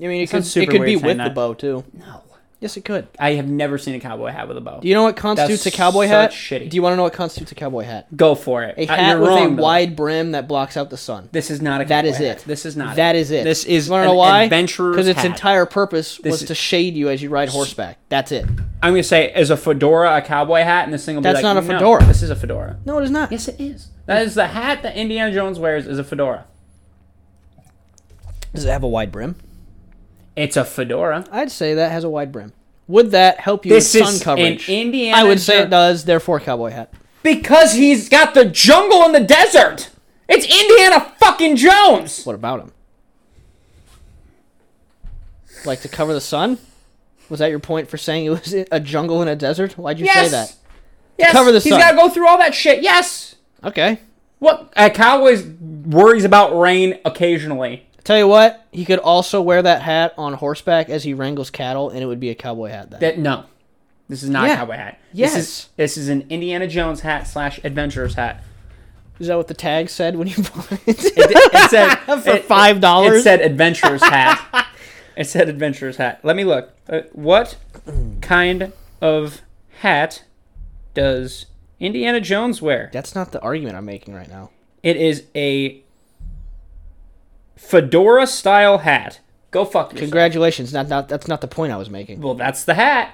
S2: I mean, it could,
S1: sounds
S2: it
S1: super
S2: could
S1: weird
S2: be
S1: saying
S2: with the
S1: that.
S2: bow too.
S1: No,
S2: Yes, it could.
S1: I have never seen a cowboy hat with a bow.
S2: Do you know what constitutes a cowboy
S1: such
S2: hat?
S1: shitty.
S2: Do you want to know what constitutes a cowboy hat?
S1: Go for it.
S2: A
S1: Uh,
S2: hat
S1: you're
S2: with
S1: wrong,
S2: a
S1: though.
S2: wide brim that blocks out the sun.
S1: This is not a.
S2: That
S1: cowboy
S2: is
S1: hat.
S2: it.
S1: This is not.
S2: That is it.
S1: This is
S2: You wanna
S1: an
S2: know why?
S1: adventurer's
S2: Because its
S1: hat.
S2: entire purpose was
S1: is-
S2: to shade you as you ride horseback. That's it.
S1: I'm gonna say is a fedora a cowboy hat, and this thing will
S2: That's
S1: be like,
S2: not a
S1: "No,
S2: fedora."
S1: this is a fedora.
S2: No, it is not.
S1: Yes, it is. That is the hat that Indiana Jones wears is a fedora.
S2: Does it have a wide brim?
S1: It's a fedora.
S2: I'd say that has a wide brim. Would that help you
S1: This
S2: with sun
S1: is
S2: coverage?
S1: an Indiana
S2: I would say
S1: Jo-
S2: it does. Therefore, cowboy hat.
S1: Because he's got the jungle and the desert. It's Indiana fucking Jones.
S2: What about him? Like to cover the sun? Was that your point for saying it was a jungle and a desert? Why'd you
S1: Yes.
S2: say that?
S1: Yes.
S2: cover the
S1: He's
S2: sun.
S1: got to go through all that shit. Yes.
S2: Okay.
S1: What? A Cowboys worries about rain occasionally.
S2: Tell you what, he could also wear that hat on horseback as he wrangles cattle, and it would be a cowboy hat then.
S1: That no, this is not
S2: Yeah.
S1: a cowboy hat. This
S2: Yes.
S1: is, this is an Indiana Jones hat slash adventurer's hat.
S2: Is that what the tag
S1: *laughs*
S2: said when you bought it?
S1: It, it *laughs* said
S2: For
S1: it-
S2: five
S1: It
S2: dollars?
S1: said
S2: *laughs*
S1: adventurer's hat. It said adventurer's hat. Let me look. Uh, what kind of hat does Indiana Jones wear?
S2: That's not the argument I'm making right now.
S1: It is a fedora style hat. Go fuck yourself.
S2: Congratulations, not, not that's not the point I was making.
S1: well, that's the hat.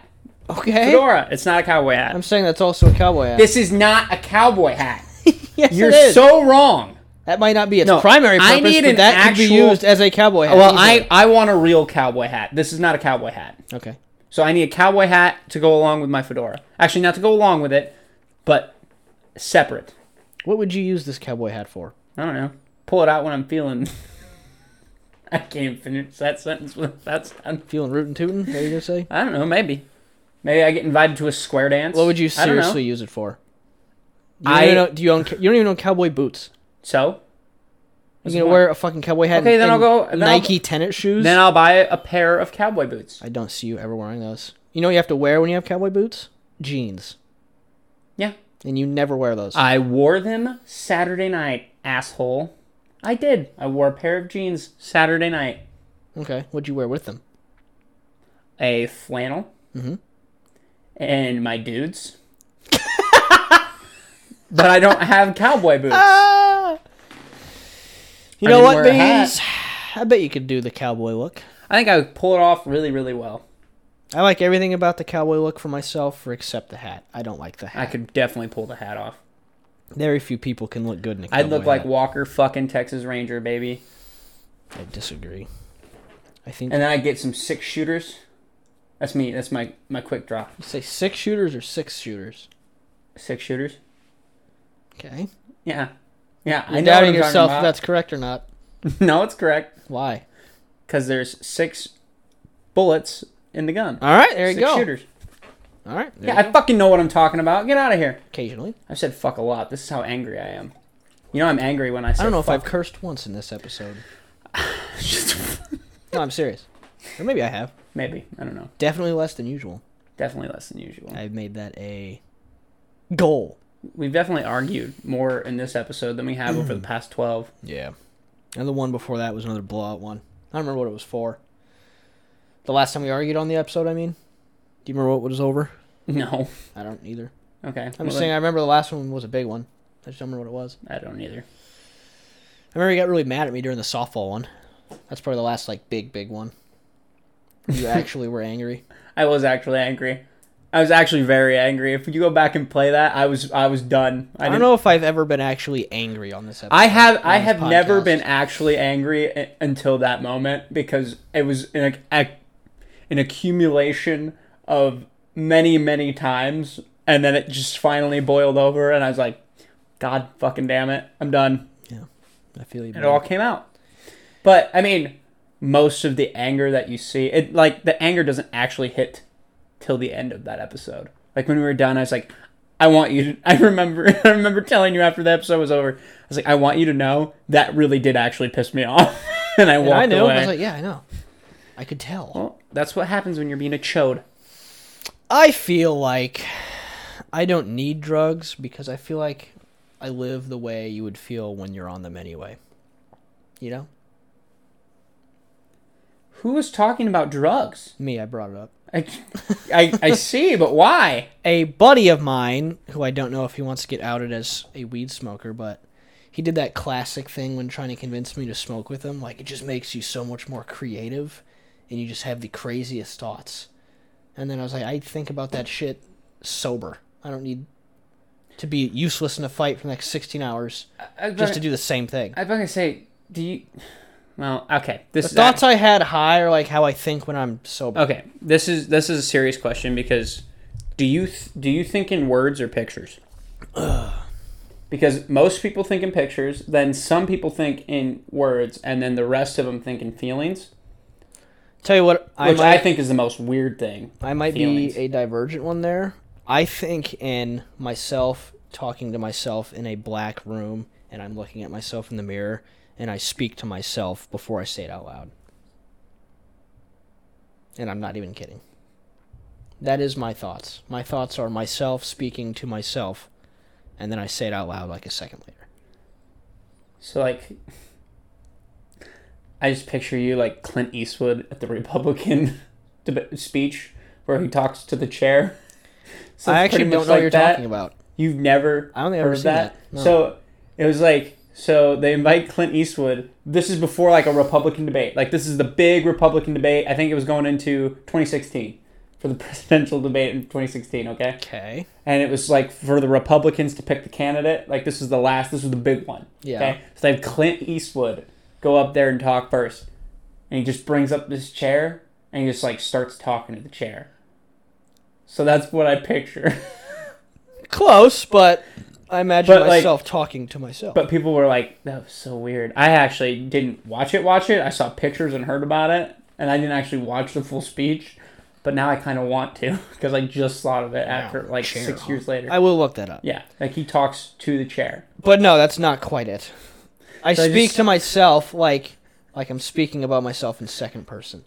S2: Okay.
S1: Fedora. It's not a cowboy hat.
S2: I'm saying that's also a cowboy hat.
S1: This is not a cowboy hat.
S2: *laughs* yes, it
S1: You're
S2: is.
S1: so wrong.
S2: that might not be its
S1: No,
S2: primary
S1: I
S2: purpose,
S1: need
S2: but
S1: an
S2: that could be
S1: actual-
S2: used as a cowboy hat.
S1: Well,
S2: easily.
S1: I, I want a real cowboy hat. This is not a cowboy hat.
S2: okay.
S1: So I need a cowboy hat to go along with my fedora. Actually, not to go along with it, but separate.
S2: What would you use this cowboy hat for?
S1: I don't know. Pull it out when I'm feeling. *laughs* I can't finish that sentence. with- That's I'm,
S2: Feeling rootin' tootin'? There you go, say.
S1: I don't know. Maybe, maybe I get invited to a square dance.
S2: What would you
S1: I don't know.
S2: seriously use it for? You don't
S1: I-
S2: even know, do you own? ca- You don't even own cowboy boots.
S1: So
S2: You
S1: That's
S2: gonna
S1: why-
S2: wear a fucking cowboy hat?
S1: Okay,
S2: and,
S1: then I'll
S2: and
S1: go- then I'll-
S2: Nike tennis shoes.
S1: then I'll buy a pair of cowboy boots.
S2: I don't see you ever wearing those. You know what you have to wear when you have cowboy boots? Jeans.
S1: Yeah,
S2: And you never wear those.
S1: I wore them Saturday night, asshole. I did. I wore a pair of jeans Saturday night.
S2: okay. What'd you wear with them?
S1: a flannel
S2: Mhm.
S1: and my dudes. but I don't have cowboy boots.
S2: Ah! You
S1: I
S2: know
S1: didn't
S2: what,
S1: wear a hat.
S2: Beans? I bet you could do the cowboy look.
S1: I think I would pull it off really, really well.
S2: I like everything about the cowboy look for myself, for except the hat. I don't like the
S1: I
S2: hat.
S1: could definitely pull the hat off.
S2: Very few people can look good in a cowboy
S1: I'd look like
S2: hat.
S1: Walker fucking Texas Ranger, baby.
S2: I disagree. I think
S1: And then I'd get some six shooters. That's me. That's my, my quick draw.
S2: you say six shooters or six shooters.
S1: Six shooters?
S2: Okay.
S1: Yeah. Yeah.
S2: You're
S1: I know what I'm
S2: doubting
S1: talking
S2: yourself if
S1: about.
S2: that's correct or not.
S1: *laughs* No, it's correct.
S2: Why?
S1: Because there's six bullets in the gun.
S2: All right, there you
S1: six
S2: go.
S1: shooters.
S2: All right. there
S1: Yeah,
S2: you
S1: I
S2: go.
S1: fucking know what I'm talking about. Get out of here.
S2: Occasionally.
S1: I've said fuck a lot. This is how angry I am. You know I'm angry when I say
S2: I don't know if
S1: fuck.
S2: I've cursed once in this episode.
S1: I've
S2: No, I'm serious. Or maybe I have.
S1: maybe. I don't know.
S2: Definitely less than usual.
S1: Definitely less than usual.
S2: I've made that a goal.
S1: We've definitely argued more in this episode than we have over the past 12.
S2: Yeah. And the one before that was another blowout one. I don't remember what it was for. The last time we argued on the episode, I mean. Do you remember what was over?
S1: *laughs* No.
S2: I don't either.
S1: Okay.
S2: I'm just saying I remember the last one was a big one. I just don't remember what it was.
S1: I don't either.
S2: I remember you got really mad at me during the softball one. That's probably the last like big big one. You actually were angry.
S1: I was actually angry. I was actually very angry. If you go back and play that, I was I was done.
S2: I, don't
S1: didn't-
S2: know if I've ever been actually angry on this episode.
S1: I have I
S2: this
S1: have never
S2: podcast.
S1: been actually angry i- until that moment because it was an ac- an accumulation of many many times and then it just finally boiled over and I was like god fucking damn it I'm done
S2: I feel you.
S1: it all came out but I mean most of the anger that you see it like the anger doesn't actually hit till the end of that episode like when we were done I was like I want you to *laughs* I remember I remember telling you after the episode was over I was like I want you to know that really did actually piss me *laughs* off and I
S2: And
S1: walked
S2: I knew.
S1: away
S2: I was like, yeah, I know. I could tell.
S1: well that's what happens when you're being a chode
S2: I feel like I don't need drugs because I feel like I live the way you would feel when you're on them anyway. You know?
S1: who was talking about drugs
S2: Me, I brought it up.
S1: I, I,
S2: *laughs*
S1: I see but why
S2: A buddy of mine, who I don't know if he wants to get outed as a weed smoker, but he did that classic thing when trying to convince me to smoke with him. Like, it just makes you so much more creative and you just have the craziest thoughts. And then I was like, I think about that shit sober. I don't need to be useless in a fight for the next 16 hours.
S1: I,
S2: just to do the same thing.
S1: I'm gonna say do you well okay this
S2: The
S1: is
S2: thoughts I had high are like how I think when I'm sober.
S1: Okay, this is this is a serious question because do you th- do you think in words or
S2: *sighs*
S1: pictures? because most people think in pictures, then some people think in words, and then the rest of them think in feelings,
S2: Tell you what, I
S1: which I,
S2: might,
S1: think is the most weird thing.
S2: I might
S1: feelings.
S2: be a divergent one there. I think in myself talking to myself in a black room and I'm looking at myself in the mirror and I speak to myself before I say it out loud. And I'm not even kidding. That is my thoughts. My thoughts are myself speaking to myself and then I say it out loud like a second later.
S1: So like, I just picture you like Clint Eastwood at the Republican *laughs* deb- speech where he talks to the chair. *laughs* So
S2: I
S1: it's pretty
S2: actually don't
S1: much
S2: know
S1: like
S2: what you're
S1: that.
S2: talking about.
S1: You've never
S2: I don't think
S1: heard
S2: I've ever
S1: of
S2: seen
S1: that.
S2: that, no.
S1: So it was like so they invite Clint Eastwood. This is before like a Republican debate. Like this is the big Republican debate. I think it was going into 2016 for the *laughs* presidential debate in 2016. Okay,
S2: Okay.
S1: and it was like for the Republicans to pick the candidate. Like this was the last. This was the big one.
S2: Yeah.
S1: Okay. So they have Clint Eastwood go up there and talk first, and he just brings up this chair and he just like starts talking to the chair. So that's what I picture. *laughs*
S2: Close, but I imagine
S1: But, like-
S2: myself talking to myself.
S1: But people were like, "That was so weird." I actually didn't watch it. Watch it. I saw pictures and heard about it, and I didn't actually watch the full speech. But now I kind of want to *laughs* because I just thought of it after
S2: Wow,
S1: like
S2: chair,
S1: six
S2: huh?
S1: years later.
S2: I will look that up.
S1: yeah, like he talks to the chair.
S2: But no, that's not quite it. I
S1: So I
S2: speak
S1: just-
S2: to myself like like I'm speaking about myself in second person.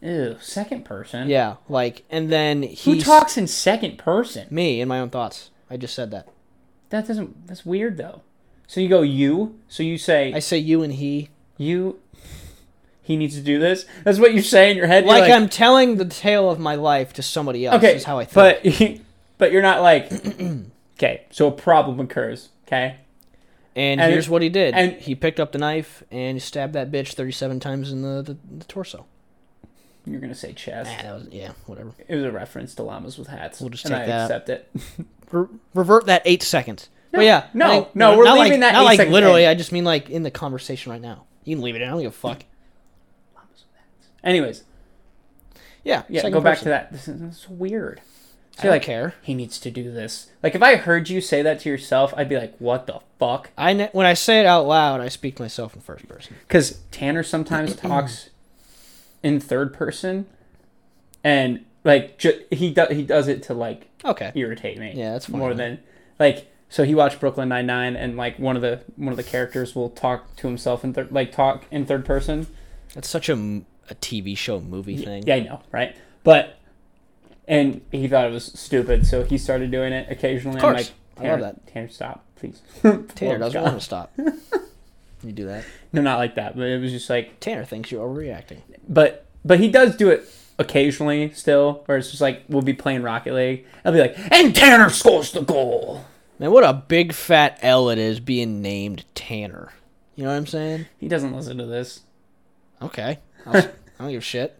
S1: Ew, second person.
S2: Yeah, like and then he
S1: Who talks in second person?
S2: me in my own thoughts. I just said that.
S1: That doesn't. That's weird though. So you go you. So you say
S2: I say you and he
S1: you. He needs to do this. That's what you say in your head. You're
S2: like, I'm telling the tale of my life to somebody else.
S1: okay.
S2: is how I think.
S1: But *laughs* but you're not like *clears throat* okay. So a problem occurs. Okay.
S2: and,
S1: and-
S2: here's what he did.
S1: and-
S2: he picked up the knife and stabbed that bitch 37 times in the the, the torso.
S1: You're gonna say chest.
S2: Ah, that was, yeah, whatever.
S1: It was a reference to llamas with hats.
S2: We'll just
S1: and
S2: take
S1: I
S2: that.
S1: accept it. *laughs*
S2: Re- revert that eight seconds. but yeah,
S1: no,
S2: like-
S1: no, we're
S2: not
S1: leaving
S2: like,
S1: that
S2: Not
S1: eight
S2: like
S1: second
S2: literally.
S1: thing.
S2: I just mean like in the conversation right now. You can leave it. in. I don't give a fuck.
S1: Anyways,
S2: Yeah,
S1: yeah.
S2: second
S1: go back
S2: person.
S1: to that. This is, this is weird. So
S2: I don't
S1: like
S2: care.
S1: he needs to do this. Like if I heard you say that to yourself, I'd be like, what the fuck?
S2: I ne- when I say it out loud, I speak to myself in first person.
S1: Because Tanner
S2: *clears throat*
S1: sometimes talks in third person, and like ju- he do- he does it to like
S2: Okay.
S1: irritate me.
S2: Yeah, that's fine.
S1: more than like. So he watched Brooklyn Nine Nine, and like one of the one of the characters will talk to himself in third like talk in third person.
S2: That's such a, m- a TV show movie thing.
S1: Yeah, I know, right? But and he thought it was stupid, so he started doing it occasionally. Of
S2: course.
S1: I'm like,
S2: I
S1: Tanner,
S2: love that.
S1: Tanner, stop, please. *laughs*
S2: Tanner
S1: Love
S2: doesn't
S1: Oh, God.
S2: want
S1: *laughs*
S2: to stop. you do that.
S1: No, not like that. But it was just like,
S2: Tanner thinks you're overreacting.
S1: but but he does do it occasionally still, where it's just like we'll be playing Rocket League. I'll be like, and Tanner scores the goal.
S2: Man, what a big fat L it is being named Tanner. You know what I'm saying?
S1: He doesn't listen to this.
S2: Okay. I'll, s- *laughs* I don't give a shit.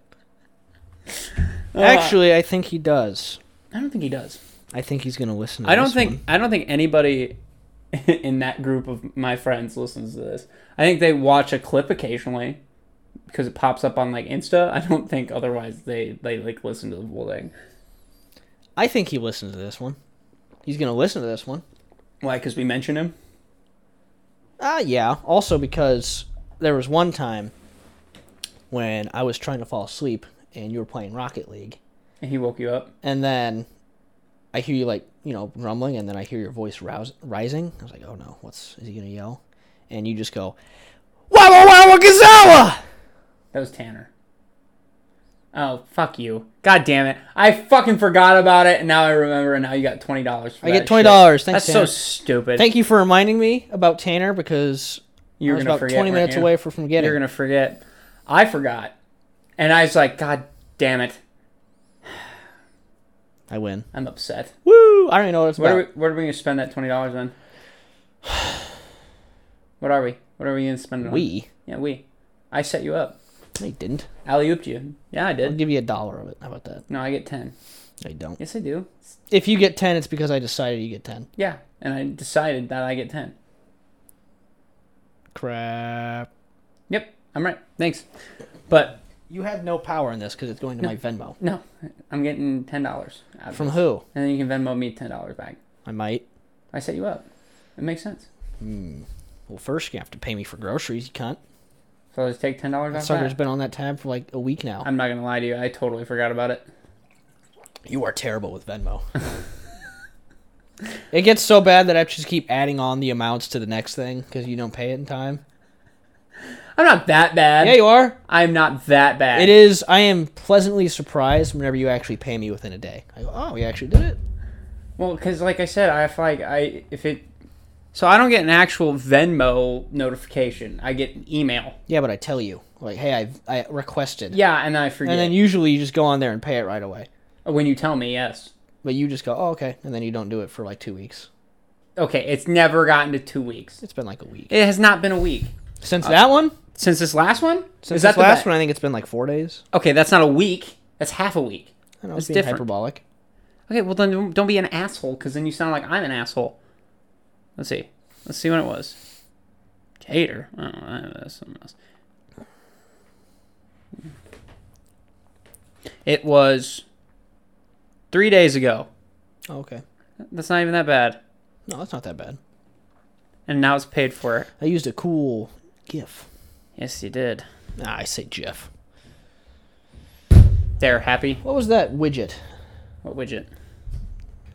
S1: Uh,
S2: Actually, I think he does.
S1: I don't think he does.
S2: I think he's gonna listen. to
S1: I don't
S2: this
S1: think
S2: one.
S1: I don't think anybody *laughs* in that group of my friends listens to this. I think they watch a clip occasionally because it pops up on like Insta. I don't think otherwise they they like listen to the whole thing.
S2: I think he listens to this one. He's gonna listen to this one.
S1: Why? Because we mention him.
S2: Ah, yeah. Also, because there was one time when I was trying to fall asleep and you were playing Rocket League,
S1: and He woke you up.
S2: and then I hear you like you know rumbling, and then I hear your voice rouse- rising. I was like, oh no, what's is he gonna yell? And you just go, Wawa Wawa Kazawa!
S1: That was Tanner. Oh fuck you! God damn it! I fucking forgot about it, and now I remember. And now you got twenty dollars.
S2: I get $20. Thanks,
S1: That's so
S2: Tanner.
S1: stupid.
S2: Thank you for reminding me about Tanner because
S1: You're
S2: I was
S1: gonna
S2: about
S1: forget,
S2: twenty
S1: weren't
S2: minutes
S1: you?
S2: away from from getting.
S1: You're gonna forget. I forgot, and I was like, God damn it!
S2: I win.
S1: I'm upset.
S2: Woo! I don't even know what it's
S1: What
S2: about.
S1: are we? What are we gonna spend that twenty dollars on? *sighs* What are we? What are we gonna spend it on?
S2: We?
S1: Yeah, we. I set you up.
S2: I didn't.
S1: Alley ooped you. Yeah, I
S2: I'll
S1: did.
S2: give you a dollar of it. How about that?
S1: No, I get ten.
S2: I don't.
S1: Yes, I do.
S2: If you get ten, it's because I decided you get ten.
S1: Yeah, and I decided that I get ten.
S2: Crap.
S1: Yep, I'm right. Thanks. But
S2: You have no power in this because it's going to my Venmo.
S1: no, I'm getting ten dollars out of
S2: From
S1: this.
S2: who?
S1: and then you can Venmo me ten dollars back.
S2: I might.
S1: I set you up. It makes sense.
S2: Hmm. Well, first you have to pay me for groceries, you cunt.
S1: So I'll just take ten dollars
S2: That
S1: off
S2: sucker's
S1: that.
S2: been on that tab for like a week now.
S1: I'm not gonna lie to you. I totally forgot about it.
S2: *laughs* You are terrible with Venmo. It gets so bad that I just keep adding on the amounts to the next thing because you don't pay it in time.
S1: I'm not that bad.
S2: Yeah, you are.
S1: I'm not that bad.
S2: It is. I am pleasantly surprised whenever you actually pay me within a day. I go, oh, we actually did it.
S1: Well, because like I said, I if like I if it, so I don't get an actual Venmo notification. I get an email.
S2: Yeah, but I tell you, like, hey, I I requested.
S1: Yeah, and I forget.
S2: And then usually you just go on there and pay it right away.
S1: when you tell me yes,
S2: But you just go, oh, okay, and then you don't do it for like two weeks.
S1: okay, it's never gotten to two weeks.
S2: It's been like a week
S1: It has not been a week
S2: since that one.
S1: since this last one.
S2: Since
S1: Is that
S2: this
S1: the
S2: last
S1: ba-
S2: one, I think it's been like four days.
S1: Okay, that's not a week. That's half a week.
S2: I know
S1: It's
S2: it's being
S1: different.
S2: hyperbolic.
S1: Okay, well then don't- don't be an asshole, because then you sound like I'm an asshole. Let's see. Let's see when it was. Tater. Oh, that's something else. It was three days ago.
S2: Oh, okay,
S1: That's not even that bad.
S2: no, that's not that bad.
S1: And now it's paid for it.
S2: I used a cool GIF.
S1: Yes, you did.
S2: Ah, I say GIF.
S1: They're happy.
S2: What was that widget?
S1: What widget?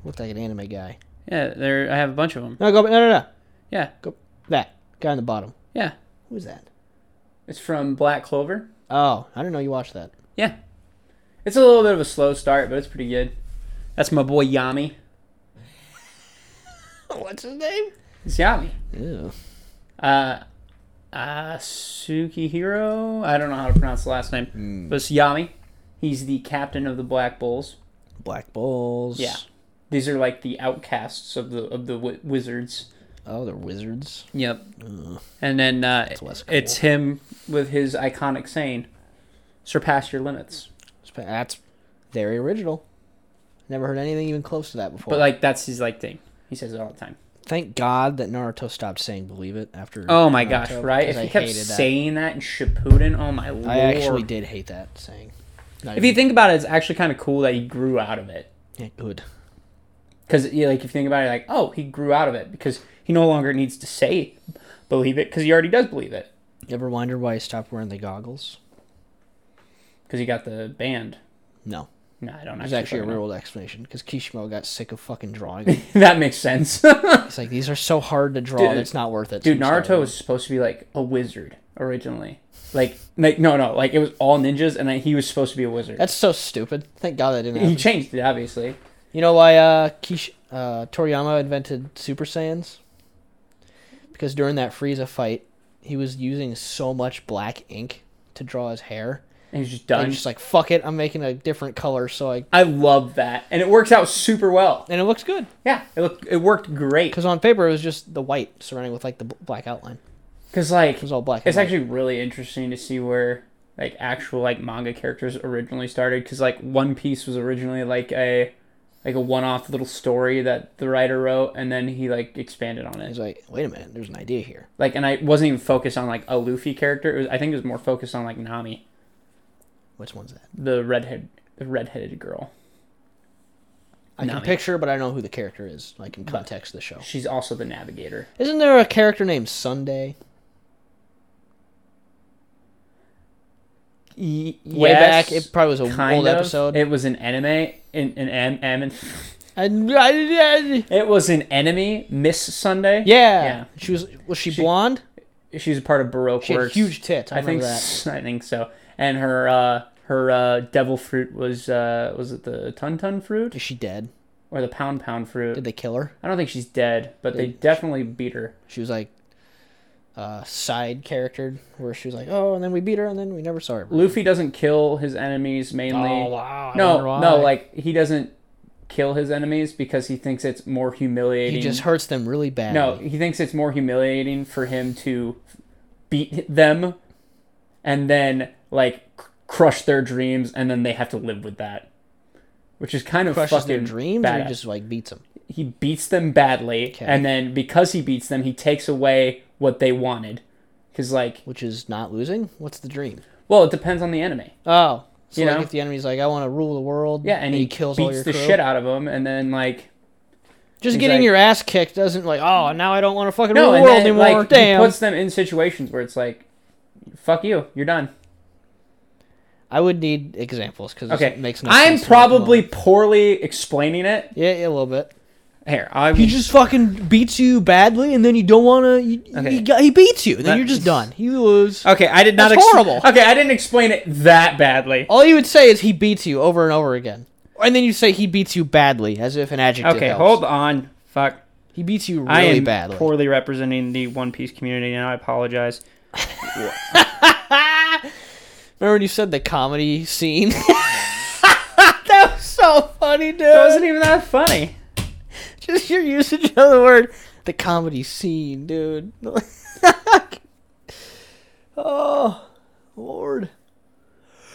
S2: Looked like an anime guy.
S1: Yeah, there. I have a bunch of them.
S2: No, go. No, no, no.
S1: Yeah,
S2: Go. That guy on the bottom.
S1: yeah.
S2: Who is that?
S1: It's from Black Clover.
S2: Oh, I didn't know you
S1: *laughs*
S2: watched that.
S1: Yeah. It's a little bit of a slow start, but it's pretty good. That's my boy Yami.
S2: What's his name?
S1: It's Yami.
S2: Ew.
S1: Uh, uh, Sukihiro? I don't know how to pronounce the last name.
S2: Hmm.
S1: But it's Yami. He's the captain of the Black Bulls.
S2: Black Bulls.
S1: Yeah. These are like the outcasts of the of the wi- wizards.
S2: Oh, they're wizards.
S1: Yep. And then uh,
S2: less cool.
S1: it's him with his iconic saying, "Surpass your limits."
S2: That's very original. Never heard anything even close to that before.
S1: But like that's his like thing. He says it all the time.
S2: thank God that Naruto stopped saying "believe it" after.
S1: Oh my
S2: Naruto,
S1: gosh! Right?
S2: because
S1: If he
S2: I
S1: kept
S2: hated that.
S1: saying that in Shippuden, oh my lord!
S2: I actually did hate that saying. Not
S1: If you
S2: even-
S1: think about it, it's actually kind of cool that he grew out of it.
S2: yeah, good.
S1: Because yeah, like if you think about it, like oh, he grew out of it because he no longer needs to say believe it because he already does believe it
S2: You ever wonder why I stopped wearing the goggles?
S1: because he got the band.
S2: No,
S1: No, I don't.
S2: there's
S1: actually
S2: actually a
S1: fucking
S2: real
S1: know.
S2: world explanation because Kishimo got sick of fucking drawing. them.
S1: *laughs* that makes sense,
S2: *laughs* It's like these are so hard to draw.
S1: Dude-
S2: that it's not worth it.
S1: dude.
S2: so I'm
S1: Naruto
S2: sorry.
S1: was supposed to be like a wizard originally. Like, like no, no, like it was all ninjas, and then he was supposed to be a wizard.
S2: That's so stupid. Thank God that didn't.
S1: he
S2: Happen.
S1: changed it, obviously.
S2: You know why uh, Kish- uh, Toriyama invented Super Saiyans? Because during that Frieza fight, he was using so much black ink to draw his hair.
S1: And he's just
S2: And
S1: done.
S2: he's just like, fuck it, I'm making a different color, so I.
S1: I love that, and it works out super well.
S2: And it looks good.
S1: Yeah, it looked, it worked great.
S2: Because on paper, it was just the white surrounding with like the bl- black outline.
S1: Cause like
S2: It was all black. and
S1: it's
S2: white.
S1: actually really interesting to see where like actual like manga characters originally started because like one piece was originally like a like a one-off little story that the writer wrote and then he like expanded on it
S2: He's like, wait a minute, there's an idea here.
S1: like and i wasn't even focused on like a luffy character it was, i think it was more focused on like nami
S2: Which one's that?
S1: the redhead the redheaded girl
S2: I can
S1: Nami.
S2: picture, but I don't know who the character is, like in context of the show.
S1: she's also the navigator
S2: Isn't there a character named Sunday?
S1: y-
S2: Way back, it probably was a
S1: kind
S2: old
S1: of.
S2: episode.
S1: it was an anime in an an, an,
S2: And
S1: it was an enemy miss sunday
S2: Yeah.
S1: Yeah.
S2: She was was she,
S1: She-
S2: blonde?
S1: she's a part of baroque
S2: She had
S1: works
S2: huge tits. I,
S1: I think
S2: remember that.
S1: s- *laughs* I think so. And her uh, her uh, devil fruit was uh, was it the ton ton fruit
S2: Is she dead?
S1: or the pound pound
S2: Did
S1: fruit?
S2: they kill her?
S1: I don't think she's dead, but they definitely beat her.
S2: She was like uh side character where she was like, Oh, and then we beat her and then we never saw her.
S1: Luffy doesn't kill his enemies mainly.
S2: Oh, wow. I wonder
S1: no,
S2: why.
S1: no, like he doesn't kill his enemies because he thinks it's more humiliating.
S2: he just hurts them really bad.
S1: no, he thinks it's more humiliating for him to beat them and then like c- crush their dreams and then they have to live with that. Which is kind of
S2: crushes
S1: fucking
S2: their dreams or
S1: badass.
S2: he just like beats them.
S1: he beats them badly,
S2: Okay.
S1: and then because he beats them, he takes away what they wanted. Because like,
S2: Which is not losing? What's the dream?
S1: well, it depends on the enemy.
S2: Oh. So
S1: You
S2: like
S1: know?
S2: if the enemy's like, I want to rule the world,
S1: Yeah, and he,
S2: kills all
S1: beats
S2: your
S1: the
S2: crew.
S1: shit out of them, and then like,
S2: Just
S1: He's
S2: getting
S1: like-
S2: your ass kicked doesn't like, oh now I don't want to fucking
S1: no,
S2: rule the
S1: and
S2: world
S1: then
S2: anymore.
S1: like
S2: Damn.
S1: he puts them in situations where it's like, fuck you, you're done.
S2: I would need examples because
S1: Okay,
S2: it makes no
S1: I'm
S2: sense to me at the
S1: probably
S2: moment.
S1: poorly explaining it,
S2: yeah, yeah, a little bit.
S1: Here, I
S2: He just fucking beats you badly, and then you don't want to. You,
S1: Okay.
S2: he, got- he beats you, and then
S1: That-
S2: you're just done. He was.
S1: Okay, I did not.
S2: That's horrible. Oh,
S1: Okay, I didn't explain it that badly.
S2: All you would say is he beats you over and over again, and then you say he beats you badly, as if an adjective.
S1: Okay,
S2: helps.
S1: hold on. Fuck.
S2: He beats you really
S1: I am
S2: badly.
S1: poorly representing the One Piece community, and I apologize.
S2: Remember when you said the comedy *laughs* scene? that was so funny, dude.
S1: That wasn't even that funny.
S2: Just your usage of the word, the comedy scene, dude. *laughs* oh, Lord.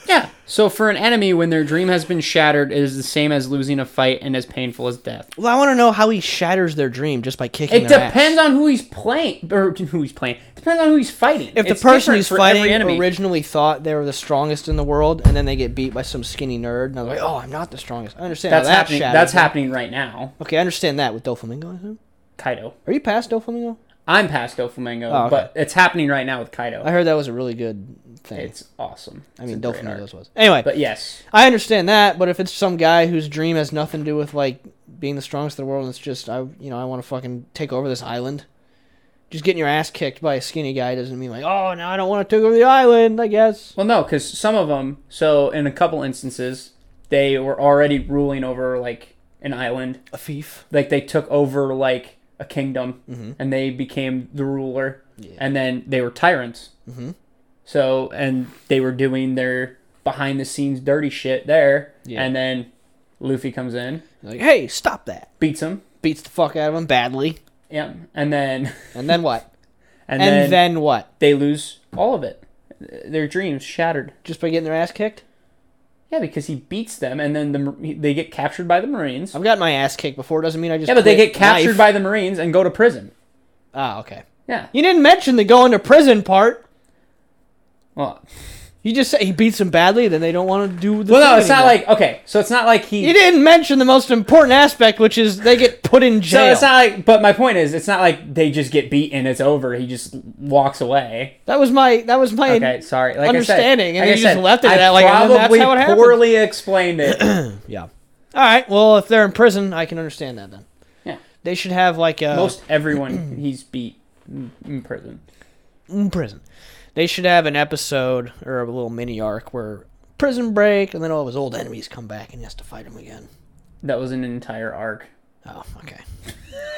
S1: Yeah. So for an enemy, when their dream has been shattered, it is the same as losing a fight and as painful as death.
S2: Well, I want to know how he shatters their dream just by kicking
S1: It
S2: their ass.
S1: depends on who he's playing, or *laughs* who he's playing. Depends on who he's fighting.
S2: If
S1: It's
S2: the person
S1: different
S2: he's
S1: for every
S2: fighting originally thought they were the strongest in the world, and then they get beat by some skinny nerd, and they're like, "Oh, I'm not the strongest." I understand. how
S1: that's
S2: that
S1: happening.
S2: shatters
S1: That's
S2: them.
S1: happening right now.
S2: Okay, I understand that with Doflamingo. I assume.
S1: Kaido.
S2: Are you past Doflamingo?
S1: I'm past Doflamingo,
S2: Oh, okay.
S1: but it's happening right now with Kaido.
S2: I heard that was a really good thing.
S1: It's awesome.
S2: I
S1: it's
S2: mean,
S1: a great arc.
S2: Doflamingo's was. Anyway,
S1: But yes,
S2: I understand that, but if it's some guy whose dream has nothing to do with like being the strongest in the world, and it's just I, you know, I want to fucking take over this island. Just getting your ass kicked by a skinny guy doesn't mean like, oh, now I don't want to take over the island. I guess.
S1: well, no, because some of them. So in a couple instances, they were already ruling over like an island.
S2: A thief.
S1: Like they took over like a kingdom,
S2: Mm-hmm.
S1: and they became the ruler. And then they were tyrants.
S2: Mhm.
S1: So and they were doing their behind the scenes dirty shit there.
S2: Yeah.
S1: And then Luffy comes in,
S2: Like, hey, stop that.
S1: beats him.
S2: Beats the fuck out of him badly,
S1: Yeah. And then *laughs*
S2: and then what?
S1: and,
S2: and
S1: then,
S2: then, what?
S1: they lose all of it. Their dreams shattered.
S2: Just by getting their ass kicked.
S1: Yeah, because he beats them, and then the, Mar- they get captured by the Marines.
S2: I've gotten my ass kicked before. Doesn't mean I just
S1: Yeah, but they
S2: quit
S1: get captured
S2: life.
S1: by the Marines and go to prison.
S2: Ah, okay.
S1: Yeah.
S2: You didn't mention the going to prison part.
S1: Well,
S2: You just said he beats them badly, then they don't want to do the.
S1: well, no,
S2: thing
S1: it's not
S2: anymore.
S1: like okay, so it's not like
S2: You
S1: he.
S2: didn't mention the most important aspect, which is they get put in
S1: *laughs* So
S2: jail.
S1: it's not like, but my point is, it's not like they just get beat and it's over. He just walks away.
S2: that was my that was my
S1: Okay, sorry. Like
S2: Understanding,
S1: I said, like
S2: and
S1: I
S2: you just
S1: said,
S2: left it
S1: I
S2: at that, like, and then that's
S1: probably
S2: how it happened.
S1: poorly explained
S2: *clears throat*
S1: it.
S2: yeah. All right. Well, if they're in prison, I can understand that then.
S1: Yeah.
S2: They should have like a
S1: Most everyone he's beat in in prison.
S2: in prison. They should have an episode or a little mini arc where prison break, and then all of his old enemies come back, and he has to fight them again.
S1: That was an entire arc.
S2: Oh, okay.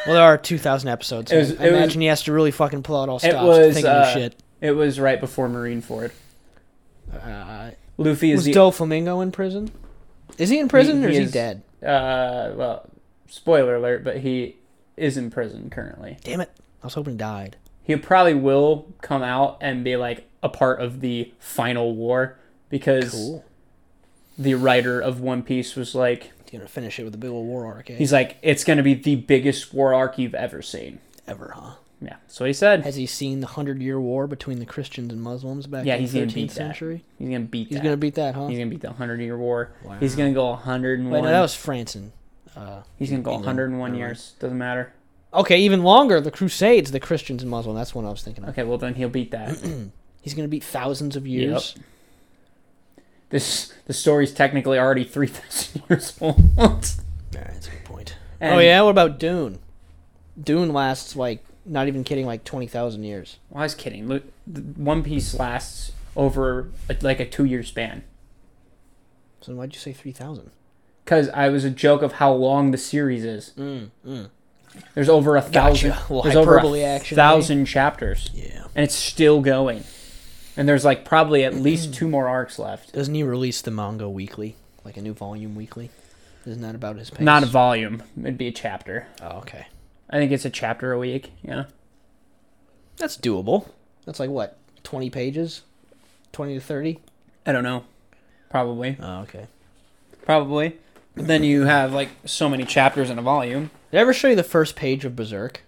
S2: Well, there are two thousand episodes. so
S1: It was-
S2: I
S1: it was-
S2: imagine he has to really fucking pull out all
S1: It
S2: stops.
S1: was,
S2: thinking
S1: uh,
S2: of shit.
S1: It was right before Marine Ford.
S2: Uh,
S1: Luffy is
S2: was
S1: the
S2: Doflamingo in prison? Is he in prison or
S1: he
S2: is,
S1: is-
S2: he dead?
S1: uh well spoiler alert but he is in prison currently
S2: Damn it! I was hoping he died.
S1: he probably will come out and be like a part of the final war because the writer of one piece was like
S2: He's gonna finish it with a big old war arc eh?
S1: he's like it's going to be the biggest war arc you've ever seen
S2: ever, huh?
S1: yeah so he said
S2: Has he seen the Hundred Year War between the Christians and Muslims back
S1: Yeah,
S2: in
S1: he's
S2: the
S1: gonna
S2: 13th
S1: beat that.
S2: century?
S1: he's going to beat
S2: He's
S1: that.
S2: gonna beat that, huh?
S1: he's going to beat the 100 year war
S2: Wow.
S1: he's going to go 101
S2: Wait, no, that was France and. Uh,
S1: he's going to go
S2: England.
S1: 101
S2: Never
S1: years doesn't matter
S2: mind. Okay, even longer. The Crusades, the Christians and Muslims. That's what I was thinking of.
S1: okay well then he'll beat that *clears throat*
S2: He's gonna beat thousands of years.
S1: this the story's technically already 3000 *laughs* years old
S2: All right, that's a good point.
S1: And-
S2: oh yeah, what about Dune? Dune lasts like not even kidding, like twenty thousand years.
S1: Well, I was kidding. Look, the- One Piece lasts over a, like a two year span.
S2: So then why'd you say three thousand?
S1: Because I was a joke of how long the series is.
S2: Mm, mm.
S1: There's over a thousand.
S2: Gotcha. Well,
S1: There's over
S2: hyperbole
S1: a
S2: action, eh?
S1: thousand chapters,
S2: Yeah.
S1: and it's still going. And there's like probably at least two more arcs left.
S2: Doesn't he release the manga weekly, like a new volume weekly? Isn't that about his pace?
S1: Not a volume. It'd be a chapter.
S2: Oh, okay.
S1: I think it's a chapter a week. Yeah.
S2: That's doable. That's like what, twenty pages, twenty to thirty.
S1: I don't know. Probably.
S2: Oh, okay.
S1: Probably. But then you have like so many chapters in a volume.
S2: Did I ever show you the first page of Berserk?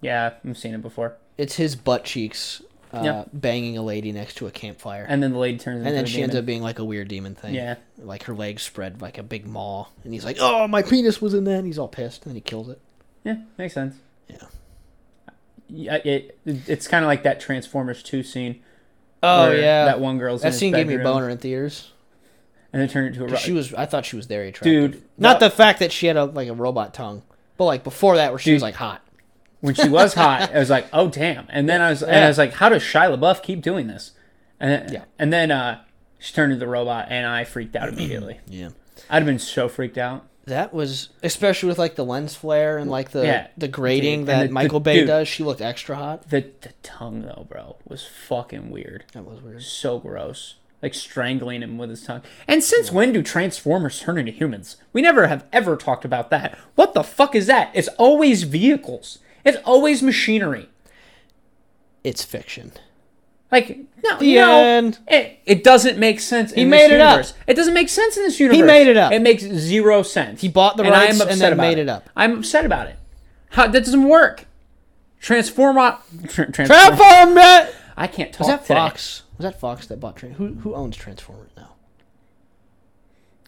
S1: Yeah, I've seen it before.
S2: It's his butt cheeks uh,
S1: Yeah.
S2: banging a lady next to a campfire, and,
S1: And then the lady turns into
S2: then
S1: a
S2: she ends
S1: demon.
S2: up being like a weird demon thing.
S1: Yeah.
S2: Like her legs spread like a big maw, and he's like, "Oh, my penis was in there," and he's all pissed, and then he kills it.
S1: Yeah, makes sense.
S2: Yeah.
S1: Yeah, it, it's kind of like that Transformers 2 scene.
S2: Oh
S1: where
S2: yeah.
S1: That one girl's in
S2: That
S1: his
S2: scene gave me a
S1: bedroom,
S2: boner in theaters.
S1: And it turned into a
S2: 'Cause
S1: rock.
S2: She was. I thought she was very attractive.
S1: Dude.
S2: Not
S1: that-
S2: the fact that she had a like a robot tongue, But like before that, where she was
S1: Dude.
S2: like hot.
S1: *laughs* when she was hot, I was like, "Oh damn!" And then I was, and I was like, "How does Shia LaBeouf keep doing this?" And
S2: Yeah.
S1: and then uh, she turned into the robot, and I freaked out immediately.
S2: Yeah.
S1: I'd have been so freaked out.
S2: That was especially with like the lens flare and like the
S1: Yeah.
S2: the grading
S1: Dude, and
S2: that
S1: the- the
S2: Michael Bay
S1: dude.
S2: does. She looked extra hot.
S1: The the tongue though, bro, was fucking weird.
S2: That was weird.
S1: So gross. Like strangling him with his tongue. And since when do Transformers turn into humans? We never have ever talked about that. What the fuck is that? It's always vehicles. It's always machinery.
S2: It's fiction.
S1: Like no,
S2: The
S1: no,
S2: end.
S1: It, it doesn't make sense. He in
S2: made
S1: this
S2: it up.
S1: universe. It doesn't make sense in this universe.
S2: made it up.
S1: It makes zero sense. He
S2: bought the rights and then made it up.
S1: I'm upset about it. How that doesn't work. Transform. Tra- transform.
S2: Transform it.
S1: I can't talk
S2: Was that
S1: today.
S2: Fox? Was that Fox that bought Tran- who who owns Transformers now?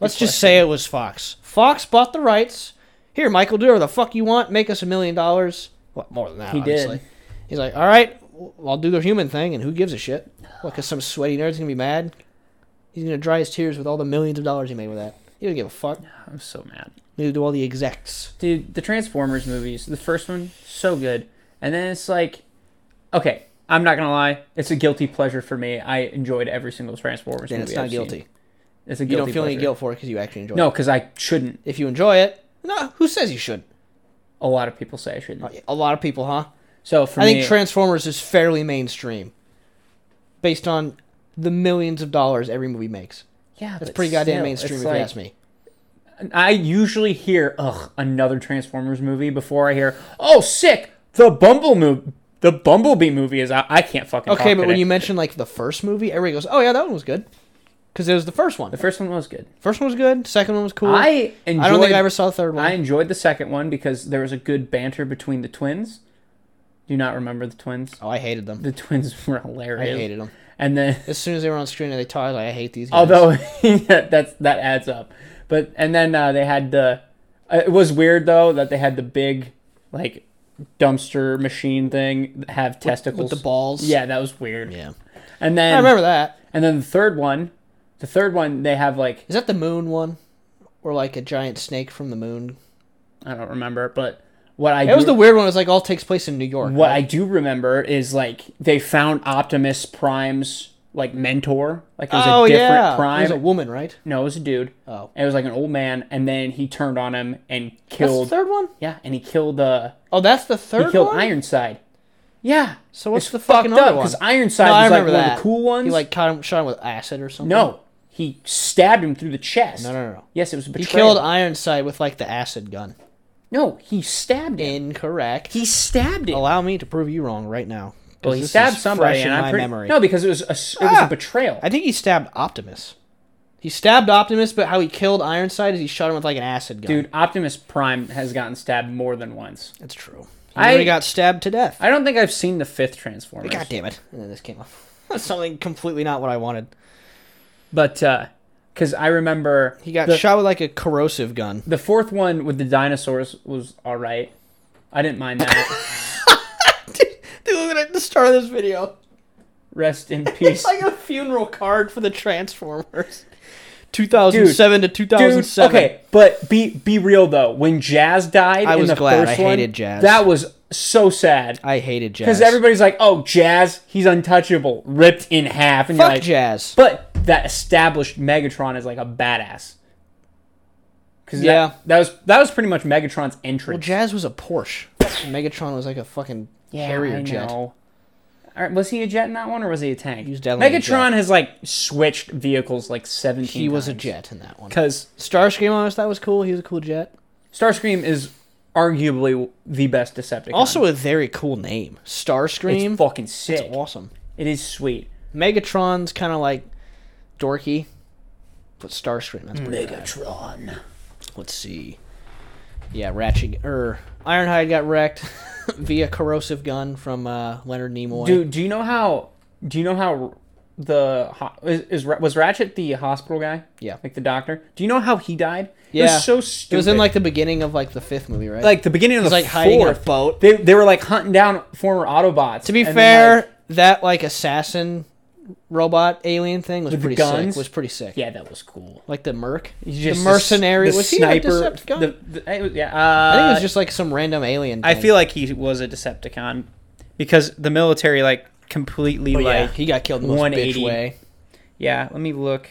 S2: Let's just say it was Fox. Fox bought the rights. Here, Michael, do whatever the fuck you want. Make us a million dollars. What more than that?
S1: He did.
S2: obviously. He's like, all right, w- I'll do the human thing, and who gives a shit? What? Because some sweaty nerd's gonna be mad. He's gonna dry his tears with all the millions of dollars he made with that. He doesn't give a fuck.
S1: I'm so mad.
S2: Neither do all the execs.
S1: dude the transformers movies the first one so good and then it's like okay i'm not gonna lie it's a guilty pleasure for me i enjoyed every single transformers
S2: Then
S1: movie
S2: it's not
S1: I've
S2: guilty.
S1: seen. it's a guilty
S2: You don't feel
S1: pleasure.
S2: any guilt for it because you actually enjoy
S1: no
S2: it.
S1: because i shouldn't
S2: If you enjoy it, no. Who says you should?
S1: a lot of people say i shouldn't
S2: A lot of people, huh?
S1: so for
S2: I
S1: me
S2: think Transformers is fairly mainstream, based on the millions of dollars every movie makes.
S1: yeah
S2: That's
S1: but
S2: pretty goddamn
S1: still,
S2: mainstream,
S1: it's
S2: if
S1: like-
S2: you ask me.
S1: i usually hear ugh another transformers movie before i hear oh sick the bumble move the bumblebee movie is out i can't fucking
S2: Okay,
S1: talk
S2: but when
S1: today.
S2: you mention like the first movie, everybody goes, "Oh yeah, that one was good," because it was the first one.
S1: the first one was good
S2: First one was good. Second one was cool.
S1: i enjoyed
S2: I don't think I ever saw the third one.
S1: I enjoyed the second one because there was a good banter between the twins. Do you not remember the twins?
S2: oh, I hated them.
S1: The twins *laughs* were
S2: I
S1: hilarious.
S2: hated them.
S1: And then,
S2: As soon as they were on screen and they talked, I was like, I hate these. Guys.
S1: although *laughs* yeah, that's that adds up, but and then uh, they had the. uh, It was weird though that they had the big, like, dumpster machine thing have testicles.
S2: with the balls,
S1: Yeah, that was weird.
S2: yeah,
S1: And then
S2: I remember that.
S1: And then the third one, the third one they have like
S2: Is that the moon one, or like a giant snake from the moon?
S1: I don't remember, but what I
S2: That was
S1: do-
S2: the weird one. It was like all takes place in New York.
S1: What
S2: right?
S1: I do remember is like they found Optimus Prime's like mentor. Like it was a different prime.
S2: Oh, It was a woman, right?
S1: no, it was a dude.
S2: Oh.
S1: And it was like an old man, and then he turned on him and
S2: That's the
S1: killed.
S2: third one?
S1: Yeah, and he killed uh
S2: Oh, that's the third
S1: he killed
S2: one?
S1: Ironside. Yeah.
S2: So what's
S1: It's
S2: the fucking
S1: fucked
S2: other
S1: up
S2: one?
S1: because Ironside
S2: No, I
S1: was like
S2: remember
S1: one of
S2: that.
S1: the cool ones.
S2: He like caught him, shot him with acid or something?
S1: no, he stabbed him through the chest.
S2: No, no, no.
S1: Yes, it was a
S2: He
S1: betrayal.
S2: killed Ironside with like the acid gun.
S1: No, he stabbed him.
S2: Incorrect.
S1: He stabbed him.
S2: Allow me to prove you wrong right now. 'cause
S1: Well, he
S2: this
S1: stabbed
S2: is
S1: somebody,
S2: fresh
S1: and
S2: in
S1: I'm
S2: my
S1: pretty.
S2: memory.
S1: No, because it was a s- it was
S2: Ah!
S1: a betrayal.
S2: I think he stabbed Optimus. He stabbed Optimus, but how he killed Ironside is he shot him with like an acid gun.
S1: Dude, Optimus Prime has gotten stabbed more than once.
S2: that's true. He
S1: I-
S2: already got stabbed to death.
S1: I don't think I've seen the fifth Transformers.
S2: God damn it! And then this
S1: *laughs*
S2: came off. something completely not what I wanted.
S1: But because I remember
S2: He got
S1: the,
S2: shot with like a corrosive gun.
S1: the fourth one with the dinosaurs was all right. I didn't mind
S2: *laughs*
S1: that.
S2: Dude, look at the start of this video.
S1: Rest in peace.
S2: It's like a funeral card for the Transformers. 2007 to
S1: Dude,
S2: 2007.
S1: okay, but be be real though. When Jazz died,
S2: I
S1: in
S2: was
S1: the
S2: glad.
S1: First
S2: I
S1: one,
S2: hated Jazz.
S1: That was so sad
S2: I hated Jazz.
S1: because everybody's like, "Oh, Jazz, he's untouchable, ripped in half," and
S2: fuck
S1: you're like,
S2: Jazz.
S1: But that established Megatron is like a badass. Cause
S2: Yeah.
S1: that, that was that was pretty much Megatron's entrance.
S2: Well, Jazz was a Porsche. Megatron was like a fucking carrier jet.
S1: All right, was he a jet in that one, or was he a tank?
S2: He was definitely a
S1: Megatron has like switched vehicles like seventeen.
S2: He was a jet in that one.
S1: because
S2: Starscream, honest, that was cool. He was a cool jet.
S1: Starscream is arguably the best Decepticon.
S2: Also, a very cool name. Starscream.
S1: it's fucking sick.
S2: It's awesome.
S1: It is sweet.
S2: Megatron's kind of like dorky, but
S1: Mm.
S2: Starscream. That's pretty rad.
S1: Megatron.
S2: Let's see. Yeah, Ratchet or Ironhide got wrecked *laughs* via corrosive gun from uh, Leonard Nimoy.
S1: Dude, do you know how? Do you know how the ho- is, is Ra- was Ratchet the hospital guy?
S2: Yeah.
S1: like the doctor. Do you know how he died? it
S2: Yeah.
S1: was so
S2: it
S1: stupid.
S2: was in like the beginning of like the fifth movie, right?
S1: like the beginning of the
S2: was, like, hiding in a
S1: fourth
S2: boat.
S1: They they were like hunting down former Autobots.
S2: to be fair, that like assassin robot alien thing was
S1: With the
S2: pretty
S1: guns?
S2: sick. Was pretty sick.
S1: Yeah, that was cool.
S2: Like the merc,
S1: He's
S2: the
S1: just
S2: mercenary.
S1: the
S2: was
S1: sniper.
S2: he a Decepticon?
S1: The, the, it was- yeah,
S2: I
S1: uh,
S2: think it was just like some random alien.
S3: I
S2: thing.
S3: feel like he was a Decepticon because the military like completely
S2: Oh, yeah.
S3: like
S2: he got killed in the most bitch
S3: 180.
S2: way.
S3: yeah. Let me look.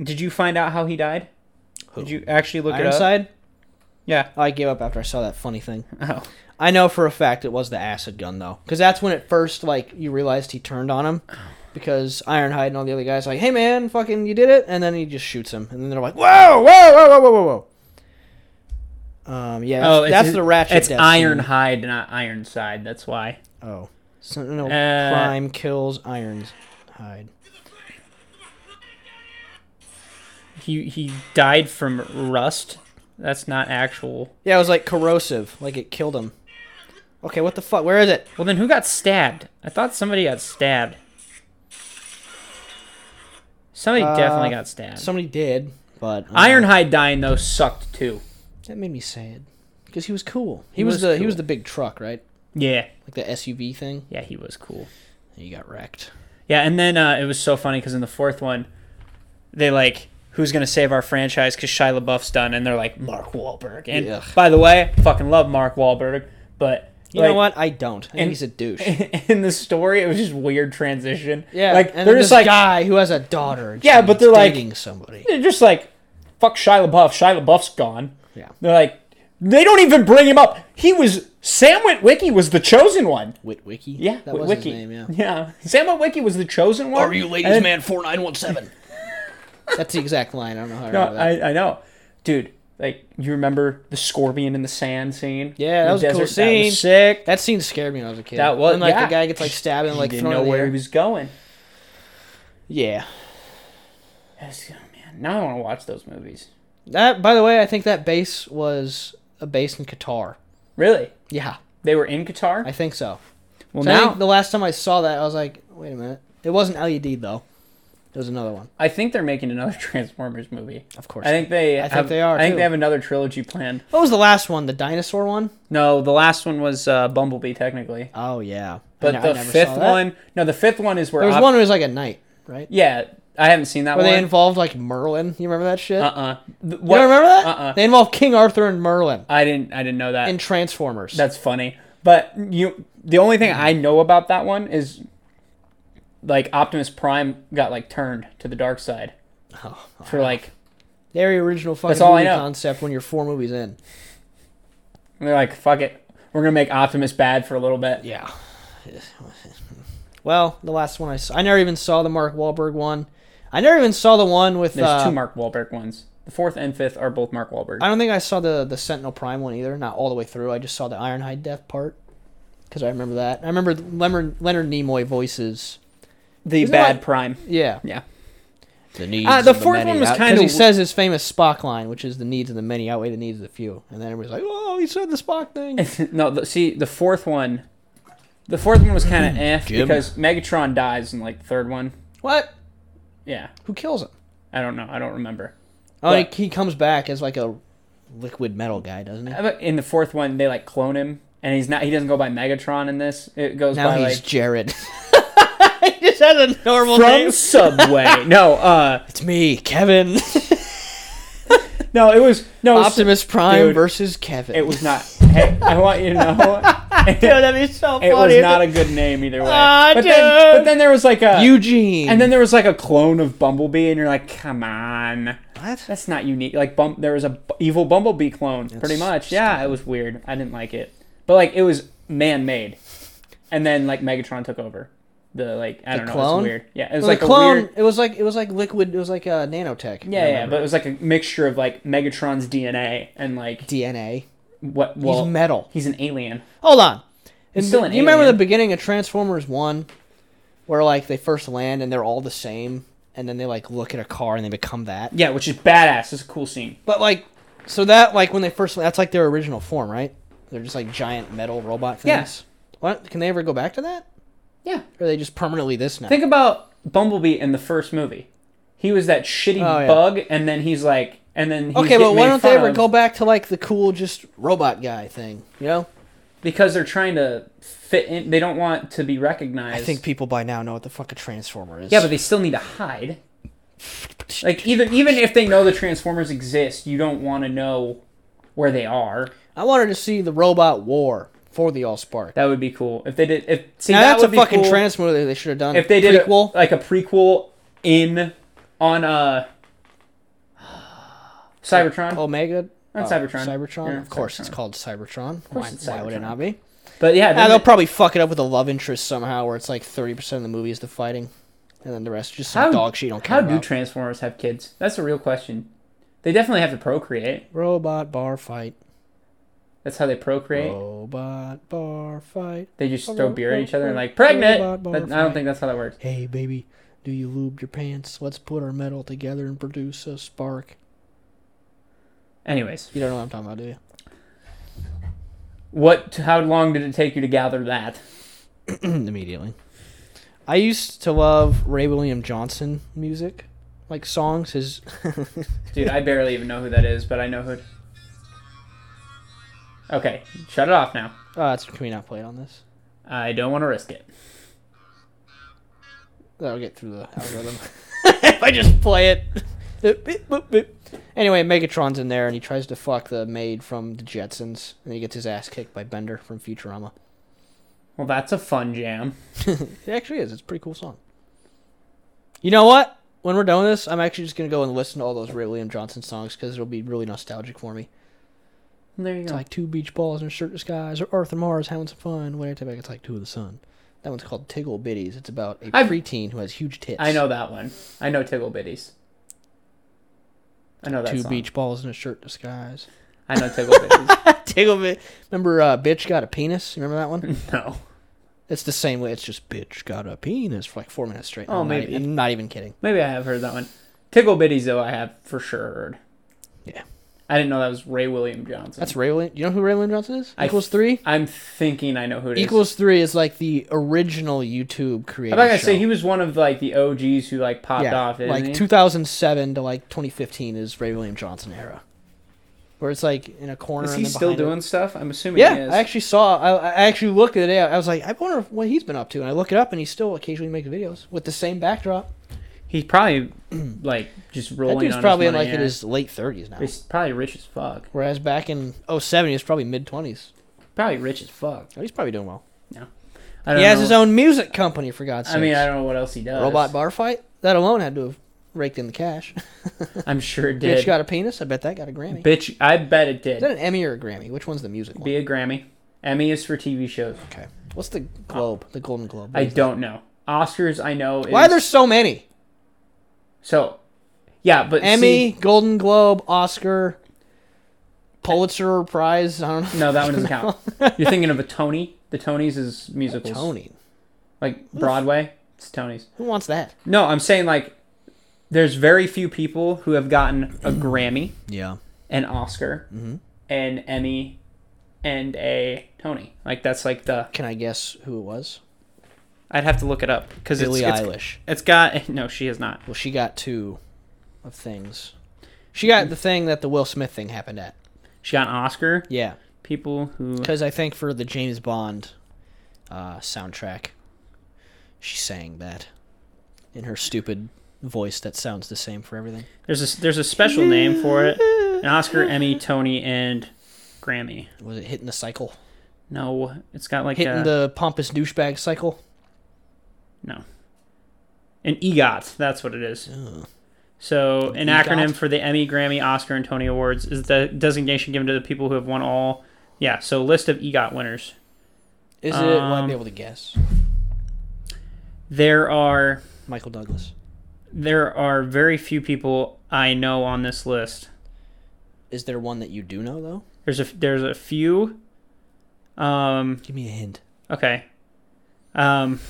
S3: Did you find out how he died?
S2: Who?
S3: Did you actually look it up?
S2: Ironside.
S1: *laughs*
S3: Yeah.
S2: Oh, I gave up after I saw that funny thing.
S3: Oh.
S2: I know for a fact it was the acid gun though, because that's when it first like you realized he turned on him, because Ironhide and all the other guys like, hey man, fucking you did it, and then he just shoots him, and then they're like, whoa, whoa, whoa, whoa, whoa, whoa, whoa. Um, yeah, that's,
S1: Oh, it's
S2: that's
S1: his-
S2: the ratchet.
S1: It's
S2: death
S1: Ironhide, not Ironside. That's why.
S2: scene. Oh, so, no,
S1: Uh,
S2: crime kills Ironhide.
S3: He he died from rust. That's not actual.
S2: Yeah, it was like corrosive, like it killed him. Okay, what the fuck? Where is it?
S3: Well, then who got stabbed? I thought somebody got stabbed. Somebody
S2: Uh,
S3: definitely got stabbed.
S2: Somebody did, but uh,
S1: Ironhide dying though sucked too.
S2: That made me sad, because he was cool. He,
S1: He
S2: was,
S1: was
S2: the he
S1: cool.
S2: was the big truck, right?
S3: yeah,
S2: Like the SUV thing.
S3: yeah, he was cool.
S2: He got wrecked.
S3: Yeah, and then uh, it was so funny because in the fourth one, they like who's gonna save our franchise because Shia LaBeouf's done, and they're like Mark Wahlberg. And
S2: Ugh.
S3: by the way, fucking love Mark Wahlberg, but
S2: You know
S3: like,
S2: what? I don't. I think
S3: and-
S2: he's a douche.
S3: *laughs* In the story, it was just weird transition.
S2: *laughs* Yeah,
S3: like
S2: and
S1: they're
S2: then
S1: just
S2: this
S1: like-
S2: guy who has a daughter. and
S1: Yeah,
S2: she's
S1: but they're like- *laughs*
S2: dating somebody.
S1: They're just like, fuck Shia LaBeouf. Shia LaBeouf's gone.
S2: Yeah.
S1: They're like, they don't even bring him up. He was Sam Witwicky was the chosen one.
S2: Witwicky.
S1: Yeah,
S2: that was
S1: Witwicky.
S2: his name. Yeah.
S1: yeah. Sam Witwicky was the chosen one. And then-
S2: man four nine one seven? *laughs* That's the exact line. I don't know how I
S1: No,
S2: remember that.
S1: I, I know, dude. Like you remember the scorpion in the sand scene?
S2: Yeah, that
S1: In
S2: was
S1: the
S2: a cool
S1: desert? That was
S2: scene.
S1: sick.
S2: that scene scared me when I was a kid.
S1: That was-
S2: when, like
S1: yeah.
S2: the guy gets like
S1: *laughs*
S2: stabbed and like
S1: Didn't
S2: thrown
S1: know
S2: in the
S1: where he
S2: air.
S1: was going.
S2: Yeah.
S1: That's- oh, man, now I want to watch those movies.
S2: That by the way, I think that base was a base in Qatar.
S1: Really?
S2: Yeah,
S1: They were in Qatar.
S2: I think so.
S1: well,
S2: So I
S1: now
S2: think the last time I saw that, I was like, wait a minute. It wasn't LED though. It was another one.
S1: I think they're making another *laughs* Transformers movie.
S2: Of course.
S1: I think they.
S2: I think
S1: have-
S2: they are,
S1: I think
S2: too.
S1: they have another trilogy planned.
S2: What was the last one? The dinosaur one?
S1: No, the last one was uh, Bumblebee technically,
S2: Oh yeah.
S1: but
S2: I ne- I
S1: the
S2: never
S1: fifth
S2: saw that.
S1: one. No, the fifth one is where.
S2: There was
S1: Op-
S2: one who was like a knight, right?
S1: Yeah, I haven't seen that
S2: Where they
S1: one.
S2: involved like Merlin. You remember that shit?
S1: uh uh. You
S2: you don't remember that?
S1: Uh-uh.
S2: They involved King Arthur and Merlin
S1: I didn't. I didn't know that.
S2: in Transformers.
S1: That's funny. But you, the only thing I know about that one is, like Optimus Prime got like turned to the dark side
S2: oh,
S1: for like
S2: *laughs* very original fucking
S1: That's all I
S2: movie
S1: know.
S2: concept when you're four movies in.
S1: they're like fuck it, we're gonna make Optimus bad for a little bit.
S2: Yeah. *laughs* well, the last one I saw, I never even saw the Mark Wahlberg one. I never even saw the one with.
S1: There's
S2: Uh,
S1: two Mark Wahlberg ones. The fourth and fifth are both Mark Wahlberg.
S2: I don't think I saw the the Sentinel Prime one either. Not all the way through. I just saw the Ironhide death part because I remember that. I remember Leonard, Leonard Nimoy voices.
S1: The
S2: Isn't
S1: bad
S2: that-
S1: Prime.
S2: Yeah.
S1: Yeah.
S2: The needs.
S1: Uh, the of the fourth many one was out-
S2: because
S1: kinda
S2: he
S1: w-
S2: says his famous Spock line, which is the needs of the many outweigh the needs of the few, and then everybody's like, "Oh, he said the Spock thing."
S1: *laughs* no, the, see the fourth one, the fourth one was kind of eh
S2: Mm-hmm. Jim.
S1: because Megatron dies in like the third one.
S2: what?
S1: Yeah,
S2: Who kills him?
S1: I don't know. I don't remember.
S2: Oh,
S1: But-
S2: he, he comes back as like a liquid metal guy, doesn't he?
S1: But In the fourth one, they like clone him, and he's not. He doesn't go by Megatron in this. It goes
S2: Now
S1: by
S2: he's
S1: like
S2: Jared. *laughs* he just has a normal
S1: from
S2: *laughs*
S1: Subway. no, uh,
S2: It's me, Kevin.
S1: no, it was no. it was-
S2: Optimus Prime
S1: Dude.
S2: versus Kevin.
S1: *laughs* It was not. Hey, I want you to know.
S2: *laughs* Dude,
S1: It,
S2: that'd be so funny.
S1: was
S2: if
S1: not a good name either way.
S2: Ah,
S1: but then,
S2: dude.
S1: but then there was like a
S2: Eugene.
S1: and then there was like a clone of Bumblebee, and you're like, come on,
S2: what?
S1: that's not unique. Like, bum, there was a bu- evil Bumblebee clone, pretty much. Yeah,
S2: stupid.
S1: it was weird. I didn't like it, but like it was man-made, and then like Megatron took over. The like I
S2: The
S1: don't know, it
S2: clone?
S1: was weird. Yeah, it
S2: It
S1: was
S2: was
S1: like
S2: like clone.
S1: a weird.
S2: It was like it was like liquid. It was like uh, nanotech.
S1: Yeah, yeah, but it was like a mixture of like Megatron's DNA and like
S2: DNA.
S1: what? Well,
S2: He's metal.
S1: he's an alien.
S2: Hold on. And
S1: still
S2: do
S1: an
S2: you remember
S1: alien.
S2: the beginning of Transformers One, where like they first land and they're all the same, and then they like look at a car and they become that.
S1: Yeah, which is badass. It's a cool scene.
S2: But like, so that like when they first that's like their original form, right? They're just like giant metal robot
S1: Yeah.
S2: things. What can they ever go back to that?
S1: Yeah.
S2: Or are they just permanently this now?
S1: Think about Bumblebee in the first movie. He was that shitty
S2: Oh, yeah.
S1: bug, and then he's like, and then he's
S2: okay, but
S1: getting
S2: why
S1: made
S2: don't they
S1: fun
S2: ever
S1: of.
S2: go back to like the cool just robot guy thing? You know,
S1: because they're trying to fit in. They don't want to be recognized.
S2: I think people by now know what the fuck a transformer is.
S1: Yeah, but they still need to hide. Like even even if they know the Transformers exist, you don't want to know where they are.
S2: I wanted to see the robot war for the Allspark.
S1: That would be cool if they did. If see,
S2: now
S1: that
S2: that's
S1: would
S2: a
S1: be
S2: fucking
S1: cool
S2: transformer that they should have done.
S1: if they did a-
S2: prequel,
S1: like a prequel in on uh Cybertron.
S2: Omega,
S1: Not
S2: oh,
S1: Uh, Cybertron.
S2: Cybertron.
S1: Yeah,
S2: of course, it's
S1: Cybertron.
S2: called Cybertron. why,
S1: course it's
S2: why would it
S1: Cybertron.
S2: not be?
S1: But yeah,
S2: Yeah,
S1: then
S2: they'll
S1: they-
S2: probably fuck it up with a love interest somehow, where it's like thirty percent of the movie is the fighting, and then the rest is just some
S1: How-
S2: dog shit you don't care
S1: how do
S2: about.
S1: Transformers have kids? That's a real question. They definitely have to procreate.
S2: Robot bar fight.
S1: That's how they
S2: Oh.
S1: procreate.
S2: Robot bar fight.
S1: They just
S2: Oh,
S1: throw
S2: ro-
S1: beer at each
S2: ro-
S1: other and
S2: ro-
S1: like pregnant.
S2: robot
S1: That- I
S2: butterfly.
S1: don't think that's how that works.
S2: Hey baby, do you lube your pants? Let's put our metal together and produce a spark.
S1: Anyways,
S2: You don't know what I'm talking about, do you?
S1: what? How long did it take you to gather that?
S2: *clears throat* immediately. I used to love Ray William Johnson music, like songs. His *laughs* Oh,
S1: Dude, I barely even know who that is, but I know who. It... Okay, shut it off now.
S2: oh, that's, can we not play it on this?
S1: I don't want to risk it.
S2: That'll get through the algorithm. *laughs* if I just play it. *laughs* Boop, boop, boop, boop. Anyway, Megatron's in there and he tries to fuck the maid from the Jetsons, and he gets his ass kicked by Bender from Futurama.
S1: Well, that's a fun jam.
S2: It actually is. It's a pretty cool song. You know what? When we're done with this, I'm actually just gonna go and listen to all those Ray William Johnson songs because it'll be really nostalgic for me.
S1: There you
S2: It's
S1: go.
S2: like two beach balls in a certain skies, or Earth and Mars having some fun. When I take back, it's like two of the sun. That one's called Tiggle Bitties. It's about a
S1: I've-
S2: preteen who has huge tits.
S1: I know that one. I know Tiggle Bitties. I know that
S2: Two
S1: song.
S2: beach balls in a shirt disguise.
S1: I know *laughs* Tiggle Bitties.
S2: Tiggle bit. Remember, uh, bitch got a penis. Remember that one?
S1: *laughs* no.
S2: It's the same way. It's just bitch got a penis for like four minutes straight.
S1: Oh,
S2: I'm not-
S1: maybe.
S2: I'm not even kidding.
S1: Maybe I have heard that one. Tickle Bitties, though, I have for sure heard.
S2: Yeah.
S1: I didn't know that was Ray William Johnson.
S2: That's Ray. William- You know who Ray Lynn Johnson is?
S1: Mm. I-
S2: Equals three.
S1: I'm thinking I know who it is.
S2: Equals three is like the original YouTube
S1: I'm
S2: creator.
S1: not gonna
S2: show.
S1: say he was one of like the OGs who like popped
S2: yeah,
S1: off. Isn't
S2: like
S1: he?
S2: 2007 to like 2015 is Ray William Johnson era, where it's like in a corner.
S1: Is
S2: and
S1: he
S2: then
S1: still
S2: behind it-
S1: doing stuff? I'm assuming. he
S2: Yeah,
S1: is.
S2: I actually saw. I, I actually looked at it. I was like, I wonder what he's been up to. And I look it up, and he's still occasionally making videos with the same backdrop.
S1: he's probably *clears throat* like just rolling.
S2: that dude's
S1: on his
S2: probably in
S1: money,
S2: like in
S1: yeah.
S2: his late 30s now.
S1: He's probably rich as fuck.
S2: Whereas back in 07, he was probably mid 20s.
S1: Probably rich as fuck.
S2: Oh, he's probably doing well.
S1: I don't
S2: He has
S1: know.
S2: his own music company, for God's sake.
S1: I mean, I don't know what else he does.
S2: Robot bar fight? That alone had to have raked in the cash. *laughs*
S1: I'm sure it did.
S2: Bitch got a penis? I bet that got a Grammy.
S1: Bitch, I bet it did.
S2: Is that an Emmy or a Grammy? Which one's the music one?
S1: Be a Grammy. Emmy is for TV shows.
S2: Okay. What's the globe? The Golden Globe.
S1: I don't know. Oscars, I know.
S2: Why are
S1: is-
S2: there so many?
S1: so? Yeah, but
S2: Emmy, Golden Globe, Oscar, Pulitzer Prize. I don't
S1: see-
S2: know.
S1: no, that one doesn't
S2: *laughs*
S1: count. You're thinking of a Tony. The Tonys is musicals,
S2: Tony.
S1: like Broadway. It's Tonys.
S2: Who wants that?
S1: No, I'm saying like there's very few people who have gotten a Grammy,
S2: Yeah.
S1: an Oscar,
S2: Mm-hmm.
S1: an Emmy, and a Tony. Like that's like the
S2: Can I guess who it was?
S1: I'd have to look it up because it's,
S2: Billie
S1: it's
S2: Eilish.
S1: it's got *laughs* no, she is not.
S2: Well, she got two of things. She got the thing that the Will Smith thing happened at.
S1: She got an Oscar.
S2: Yeah.
S1: People who
S2: Because I think for the James Bond uh, soundtrack, she sang that in her stupid voice that sounds the same for everything.
S1: there's a there's a special name for it. An Oscar, Emmy, Tony, and Grammy.
S2: Was it hitting the cycle?
S1: No, it's got like
S2: Hitting
S1: a,
S2: the pompous douchebag cycle?
S1: no. An EGOT, that's what it is.
S2: Ugh.
S1: So, an
S2: EGOT?
S1: acronym for the Emmy, Grammy, Oscar, and Tony Awards is the designation given to the people who have won all. Yeah, so list of EGOT winners.
S2: Is it? Well, I'd
S1: Um,
S2: be able to guess.
S1: There are
S2: Michael Douglas.
S1: there are very few people I know on this list.
S2: Is there one that you do know, though?
S1: There's a there's a few. Um,
S2: Give me a hint.
S1: okay. Um,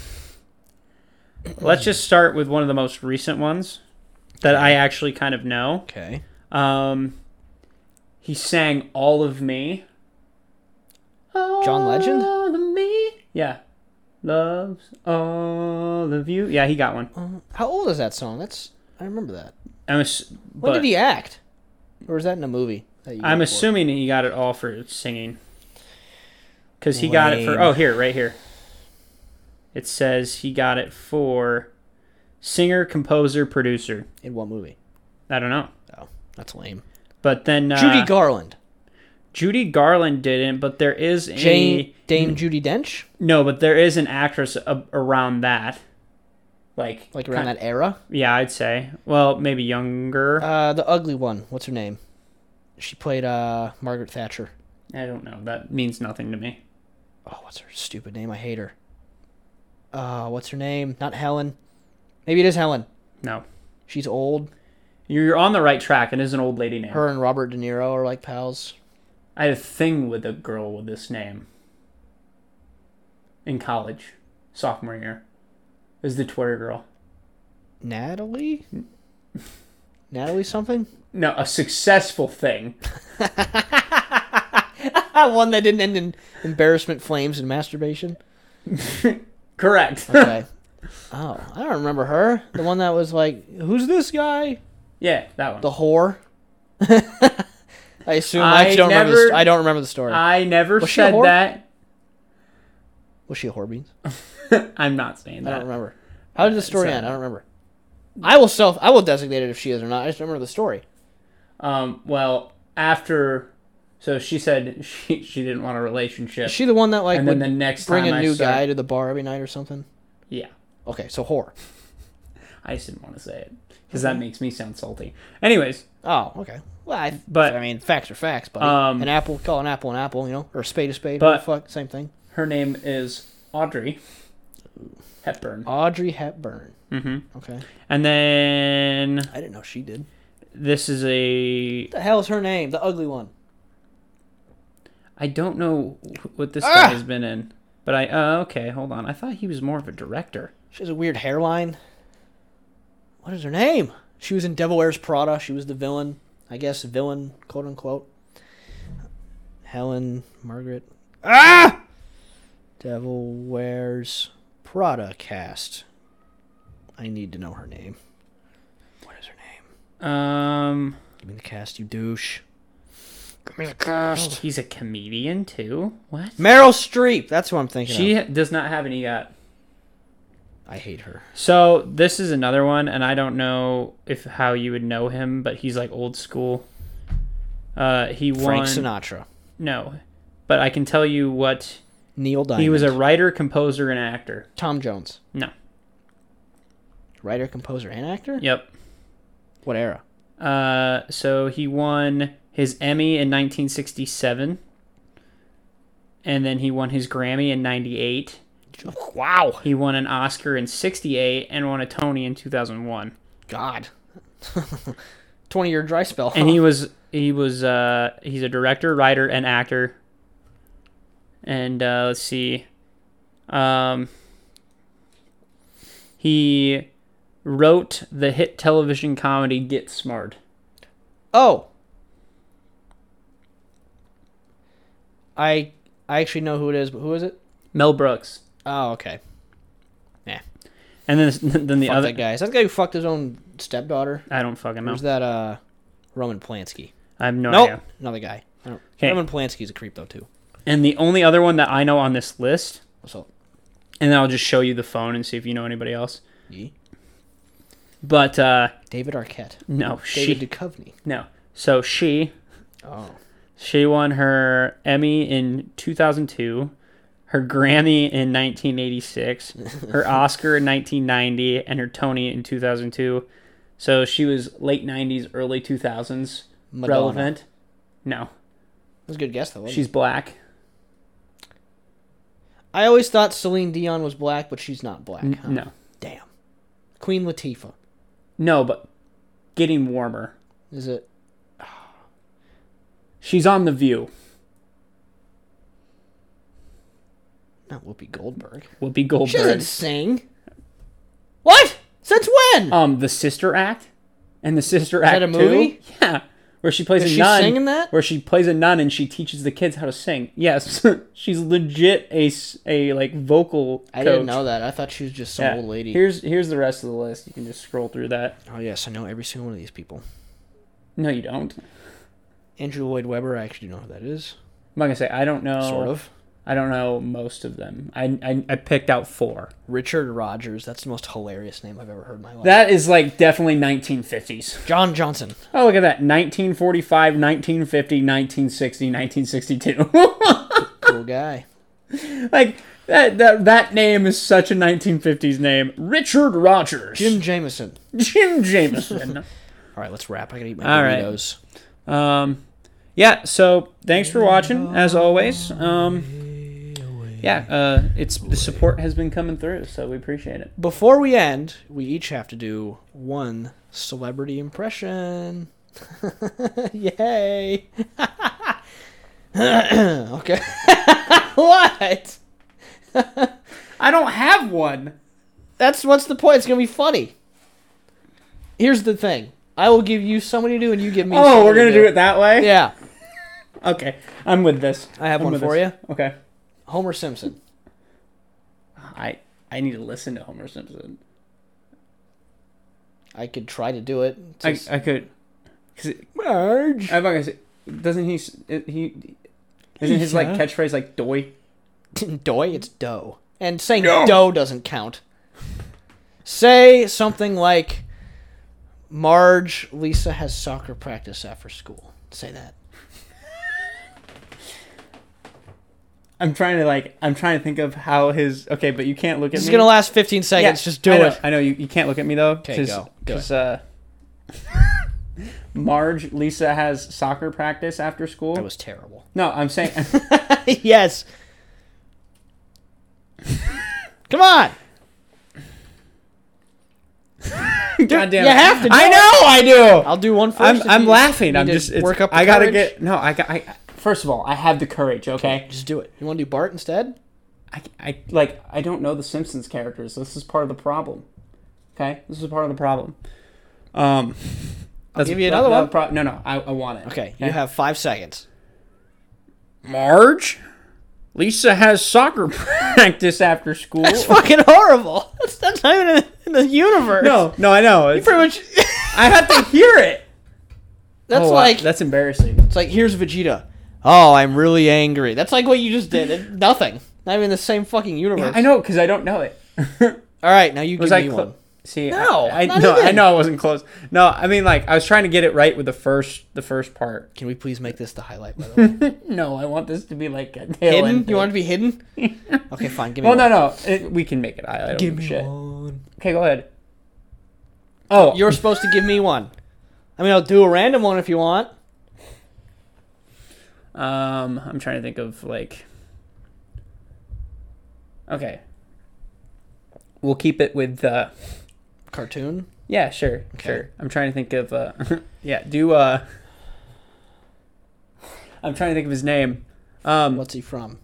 S1: let's just start with one of the most recent ones that I actually kind of know.
S2: Okay.
S1: Um, he sang "All of Me."
S2: John Legend?
S1: All of me. Yeah, loves all of you. Yeah, he got one.
S2: Um, how old is that song? That's I remember that.
S1: I'm ass- but
S2: When did he act? Or is that in a movie? That you
S1: I'm
S2: got for?
S1: assuming he got it all for singing. because he got it for
S2: Lame.
S1: oh here right here. It says he got it for singer, composer, producer.
S2: In what movie?
S1: I don't know,
S2: Oh, that's lame.
S1: but then uh,
S2: Judy Garland.
S1: Judy Garland didn't, but there is a
S2: Jane Dame Judy Dench?
S1: no, but there is an actress a- around that, like
S2: Like around that era?
S1: Yeah, I'd say. Well, maybe younger.
S2: Uh the ugly one. What's her name? She played uh Margaret Thatcher.
S1: I don't know. That means nothing to me.
S2: Oh, what's her stupid name? I hate her. Uh what's her name? Not Helen. Maybe it is Helen.
S1: No,
S2: She's old.
S1: you're on the right track. It is an old lady name.
S2: Her and Robert De Niro are like pals.
S1: I had a thing with a girl with this name in college, sophomore year. It was the Twitter girl.
S2: *laughs* Natalie? Natalie something?
S1: No, a successful thing.
S2: *laughs*
S1: *laughs*
S2: One that didn't end in embarrassment, flames, and *laughs* masturbation.
S1: Correct.
S2: Okay. oh, I don't remember her. The one that was like, "Who's this guy?"
S1: *laughs* yeah, that one.
S2: The whore. *laughs* I assume I,
S1: I
S2: don't remember. The,
S1: never-
S2: st- I don't remember the story.
S1: I never
S2: Was she a
S1: said
S2: whore?
S1: that. *laughs*
S2: was she a whore beans?
S1: I'm not saying
S2: I don't
S1: that.
S2: remember. Uh, How did the story
S1: so-
S2: end? I don't remember. I will self. I will designate it if she is or not. I just remember the story.
S1: Um, well, after, so she said *laughs* she she didn't want a relationship,
S2: Is she the one that like
S1: and then
S2: would
S1: the next
S2: bring
S1: time
S2: a
S1: I
S2: new
S1: start-
S2: guy to the bar every night or something?
S1: Yeah.
S2: Okay, so whore.
S1: I just didn't want to say it because that makes me sound salty. Anyways,
S2: Oh, okay. Well, I,
S1: But-
S2: I mean, facts are facts, buddy.
S1: Um,
S2: an apple, call an apple an apple, you know, or a spade a spade.
S1: But-
S2: But fuck, same thing.
S1: her name is Audrey Hepburn.
S2: Audrey Hepburn.
S1: hmm
S2: Okay,
S1: And then
S2: I didn't know she did.
S1: this is a
S2: What the hell is her name? The ugly one.
S1: I don't know wh- what this
S2: Ah!
S1: guy has been in, but I uh, okay, hold on. I thought he was more of a director.
S2: She has a weird hairline. What is her name? She was in Devil Wears Prada. She was the villain, I guess, villain, quote unquote. Helen Margaret. Ah! Devil Wears Prada cast. I need to know her name. What is her name?
S1: Um,
S2: Give me the cast, you douche. Give me the
S1: oh,
S2: cast.
S1: he's a comedian too. What?
S2: Meryl Streep. That's who I'm thinking.
S1: She
S2: of.
S1: ha- does not have any uh, got.
S2: I hate her.
S1: So this is another one, and I don't know if how you would know him, but he's like old school. Uh, he
S2: Frank
S1: won.
S2: Sinatra.
S1: No, but I can tell you what
S2: Neil Diamond.
S1: he was a writer, composer, and actor.
S2: Tom Jones.
S1: No.
S2: Writer, composer, and actor.
S1: Yep.
S2: What era?
S1: Uh, so he won his Emmy in 1967, and then he won his Grammy in '98.
S2: Wow.
S1: He won an Oscar in '68 and won a Tony in 2001.
S2: God. *laughs* Twenty year dry spell.
S1: And he was he was uh, he's a director, writer, and actor. And uh, let's see, um, he wrote the hit television comedy Get Smart.
S2: *laughs* oh. I I actually know who it is, but who is it?
S1: Mel Brooks.
S2: Oh, okay.
S1: And then *laughs* then the
S2: Fuck
S1: other
S2: that guy. Is that the guy who fucked his own stepdaughter?
S1: I don't fucking know.
S2: Who's that? Uh, Roman Polanski.
S1: I have no
S2: nope.
S1: idea.
S2: Another guy. I don't-
S1: Okay.
S2: Roman Polanski's a creep though too.
S1: And the only other one that I know on this list,
S2: So.
S1: and then I'll just show you the phone and see if you know anybody else.
S2: Ye.
S1: But uh
S2: David Arquette.
S1: no, she
S2: David Duchovny.
S1: no. So she
S2: Oh.
S1: she won her Emmy in 2002, her Grammy in 1986,
S2: *laughs*
S1: her Oscar in 1990, and her Tony in 2002. So she was late 90s, early 2000s
S2: Madonna.
S1: relevant. No,
S2: That was a good guess though. Wasn't
S1: she's black.
S2: it? I always thought Celine Dion was black, but she's not black.
S1: N-
S2: huh?
S1: No,
S2: Damn. Queen Latifah.
S1: no, but getting warmer.
S2: Is it?
S1: She's on the View.
S2: Not Whoopi Goldberg.
S1: Whoopi
S2: She doesn't
S1: Goldberg.
S2: sing. What? Since when?
S1: Um, the Sister Act, and the Sister Act
S2: that a
S1: two.
S2: movie?
S1: Yeah, where she plays
S2: Is
S1: a
S2: she
S1: nun.
S2: singing that?
S1: Where she plays a nun and she teaches the kids how to sing. Yes, *laughs* she's legit a s- a like vocal.
S2: I didn't know that. I thought she was just some
S1: Yeah.
S2: old lady.
S1: Here's here's the rest of the list. You can just scroll through that.
S2: Oh yes, I know every single one of these people.
S1: No, you don't. I'm
S2: Andrew Lloyd Webber. I actually know who that is.
S1: not gonna say I don't know.
S2: Sort of.
S1: I don't know most of them. I, I, I picked out four.
S2: Richard Rogers. That's the most hilarious name I've ever heard in my life.
S1: That is like definitely 1950s.
S2: John Johnson.
S1: Oh, look at that. 1945, 1950, 1960, 1962.
S2: Cool guy.
S1: *laughs* like, that, that, that name is such a 1950s name. Richard Rogers.
S2: Jim Jameson.
S1: *laughs* Jim Jameson.
S2: All right, let's wrap. I gotta eat my
S1: All right.
S2: burritos.
S1: um, yeah, so thanks for watching, as always. Um, yeah, uh, it's the support has been coming through, so we appreciate it.
S2: Before we end, we each have to do one celebrity impression. *laughs* Yay! *laughs* okay. *laughs* what?
S1: I don't have one.
S2: That's what's the point? It's gonna be funny. Here's the thing. I will give you somebody to do, and you give me.
S1: Oh,
S2: somebody
S1: we're gonna
S2: to
S1: do it that way.
S2: Yeah,
S1: Okay, I'm with this.
S2: I have
S1: I'm
S2: one
S1: with
S2: for
S1: this.
S2: you.
S1: Okay.
S2: Homer Simpson.
S1: I I need to listen to Homer Simpson.
S2: I could try to do it.
S1: I, I could. Cause it,
S2: Marge.
S1: I'm not gonna say. Doesn't he? s- it- He isn't his like
S2: Yeah.
S1: catchphrase like "doy"?
S2: *laughs* Doy, it's dough. And saying
S1: No.
S2: dough doesn't count. Say something like, Marge, Lisa has soccer practice after school. Say that.
S1: I'm trying to like. I'm trying to think of how his. Okay, but you can't look at
S2: This is
S1: me.
S2: going to last 15 seconds. Just do
S1: I know,
S2: it.
S1: I know you, you can't look at me though.
S2: 'Kay,
S1: cause,
S2: go. Do
S1: 'cause, uh, Marge, Lisa has soccer practice after school.
S2: That was terrible. *laughs*
S1: no, I'm saying. *laughs*
S2: yes. Come on.
S1: God damn
S2: you
S1: it.
S2: have to do
S1: I
S2: it.
S1: know I do.
S2: I'll do one first.
S1: I'm,
S2: if
S1: I'm
S2: you
S1: laughing.
S2: need
S1: I'm
S2: to
S1: just. It's,
S2: work up. the
S1: I gotta
S2: courage.
S1: get. No, I got. I, first of all, I have the courage. Okay.
S2: Just do it. You want to do Bart instead?
S1: I, I like. I don't know the Simpsons characters. This is part of the problem. Okay. This is part of the problem. Um. I'll
S2: give you another one.
S1: Pro- no, no. I, I want it.
S2: Okay. You have five seconds.
S1: Marge. Lisa has soccer *laughs* practice after school.
S2: That's *laughs* fucking horrible. That's, that's not even in the universe.
S1: no, no, I know. It's-
S2: Pretty much.
S1: I have to hear it.
S2: That's
S1: Oh, wow,
S2: like
S1: that's embarrassing.
S2: it's like here's Vegeta. Oh, I'm really angry. That's like what you just did.
S1: *laughs*
S2: It- nothing. Not even the same fucking universe.
S1: I know because I don't know it. *laughs*
S2: All right, now you
S1: Was
S2: give
S1: I
S2: me
S1: clo-
S2: one.
S1: See,
S2: No,
S1: I, I,
S2: not
S1: no, I
S2: even.
S1: know I wasn't close. No, I mean like I was trying to get it right with the first, the first
S2: *laughs*
S1: part. *laughs*
S2: Can we please make this the highlight? By the way,
S1: No, I want this to be like a
S2: hidden? You want it to
S1: *laughs*
S2: be hidden? Okay, fine. Give me
S1: Well, no,
S2: one.
S1: no, it, we can make it. I, I don't
S2: Give
S1: give
S2: me
S1: shit.
S2: one.
S1: Okay, go ahead. Oh,
S2: *laughs* You're supposed to give me one. I mean, I'll do a random one if you want.
S1: um, I'm trying to think of like. Okay. We'll keep it with uh
S2: Cartoon.
S1: yeah, sure,
S2: Okay.
S1: sure. I'm trying to think of uh, *laughs* yeah, do uh. I'm trying to think of his name. Um,
S2: What's he from?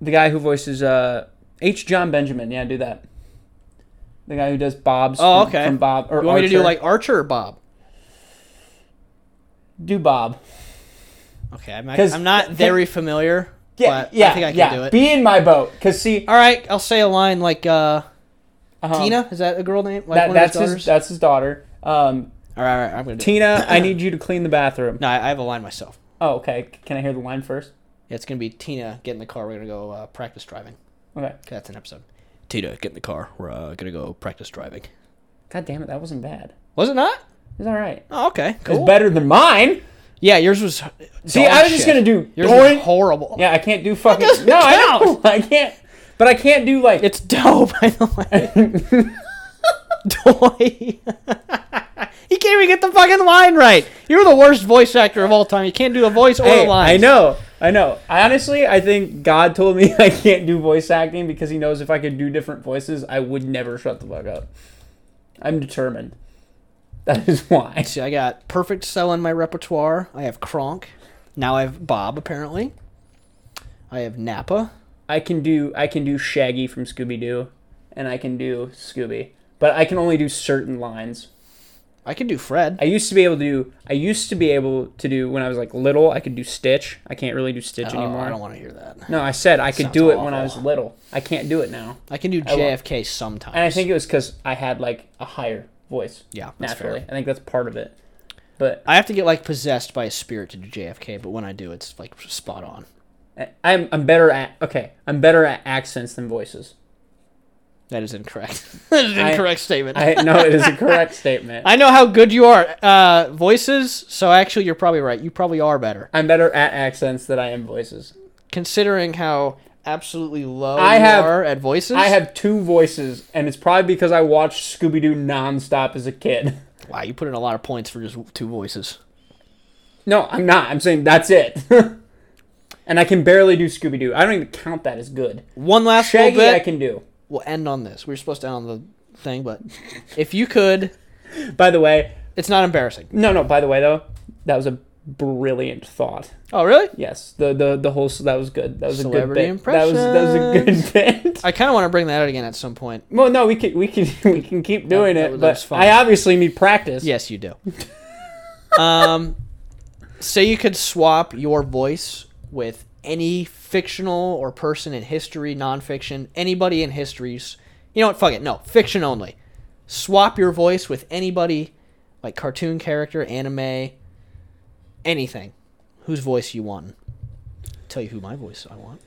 S1: The guy who voices uh H. John Benjamin. Yeah, do that. The guy who does Bob's.
S2: Oh,
S1: from-
S2: okay.
S1: From Bob or
S2: You want me to do
S1: Archer.
S2: like Archer or Bob?
S1: do Bob?
S2: Okay, I'm,
S1: 'Cause-
S2: I'm not very familiar,
S1: Yeah,
S2: but
S1: yeah,
S2: I think I can
S1: yeah.
S2: do it.
S1: Be in my boat, cause see,
S2: All right, I'll say a line like uh,
S1: um,
S2: Tina. Is that a girl name? Like
S1: That,
S2: one of his
S1: that's his.
S2: daughters?
S1: That's his daughter. Um,
S2: All right, all right, I'm gonna do. it.
S1: Tina,
S2: *coughs*
S1: I need you to clean the bathroom.
S2: No, I I have a line myself.
S1: Oh, okay. C- Can I hear the line first?
S2: Yeah, it's gonna be Tina. Get in the car. We're gonna go uh, practice driving.
S1: Okay.
S2: 'Kay, That's an episode. Tina, get in the car. We're uh, gonna go practice driving.
S1: God damn it, that wasn't bad.
S2: Was it not?
S1: It's all right.
S2: Oh, okay, cool.
S1: It's better than mine.
S2: yeah, yours was.
S1: See, I was just gonna do
S2: Yours
S1: going.
S2: was horrible.
S1: yeah, I can't do fucking.
S2: doesn't
S1: No, I know. *laughs* I can't. But I can't do like.
S2: It's dough, *laughs* by the way. *laughs* Toy. *laughs* he can't even get the fucking line right. You're the worst voice actor of all time. You can't do a voice or
S1: Hey,
S2: a line.
S1: I know, I know. I honestly, I think God told me *laughs* I can't do voice acting because He knows if I could do different voices, I would never shut the fuck up. I'm determined. That is why.
S2: See, I got perfect cell in my repertoire. I have Kronk. Now I have Bob. Apparently, I have Napa.
S1: I can do I can do Shaggy from Scooby Doo, and I can do Scooby, but I can only do certain lines.
S2: I can do Fred.
S1: I used to be able to do. I used to be able to do when I was like little. I could do Stitch. I can't really do Stitch
S2: Oh,
S1: anymore.
S2: I don't want to hear that.
S1: no, I said I could
S2: Sounds
S1: do it when I was
S2: awful.
S1: little. I can't do it now.
S2: I can do
S1: won't.
S2: JFK sometimes.
S1: And I think it was because I had like a higher voice.
S2: Yeah, that's
S1: naturally. I think that's part of it. But
S2: I have to get like possessed by a spirit to do JFK, but when I do, it's like spot on.
S1: I'm I'm better at okay. I'm better at accents than voices.
S2: That is incorrect. *laughs* that is an
S1: I-
S2: incorrect statement.
S1: I know it is a
S2: *laughs*
S1: correct statement.
S2: I know how good you are. Uh, voices. So actually, you're probably right. You probably are better,
S1: I'm better at accents than I am voices.
S2: considering how absolutely low
S1: I
S2: you
S1: have-
S2: are at voices.
S1: I have two voices, and it's probably because I watched Scooby Doo nonstop as a kid. *laughs*
S2: Wow, you put in a lot of points for just two voices.
S1: No, I'm not. I'm saying that's it. *laughs* and I can barely do Scooby Doo. I don't even count that as good.
S2: One last
S1: Shaggy,
S2: little
S1: I
S2: bit.
S1: can do.
S2: We'll end on this. We were supposed to end on the thing, but if you could,
S1: By the way,
S2: it's not embarrassing.
S1: no, no. By the way, though, that was a brilliant thought.
S2: Oh, really?
S1: Yes, the the the whole that was good. That was
S2: Celebrity
S1: a good bit. That was that was a good *laughs* bit.
S2: I kind of want to bring that out again at some point.
S1: Well, no, we can we can *laughs* we can keep doing
S2: that
S1: it,
S2: was- that
S1: but
S2: was fun.
S1: I obviously need practice.
S2: Yes, you do. um, say you could swap your voice with any fictional or person in history, nonfiction, anybody in histories. You know what? Fuck it. No, fiction only. Swap your voice with anybody, like cartoon character, anime, anything. Whose voice you want? Tell you who my voice I want.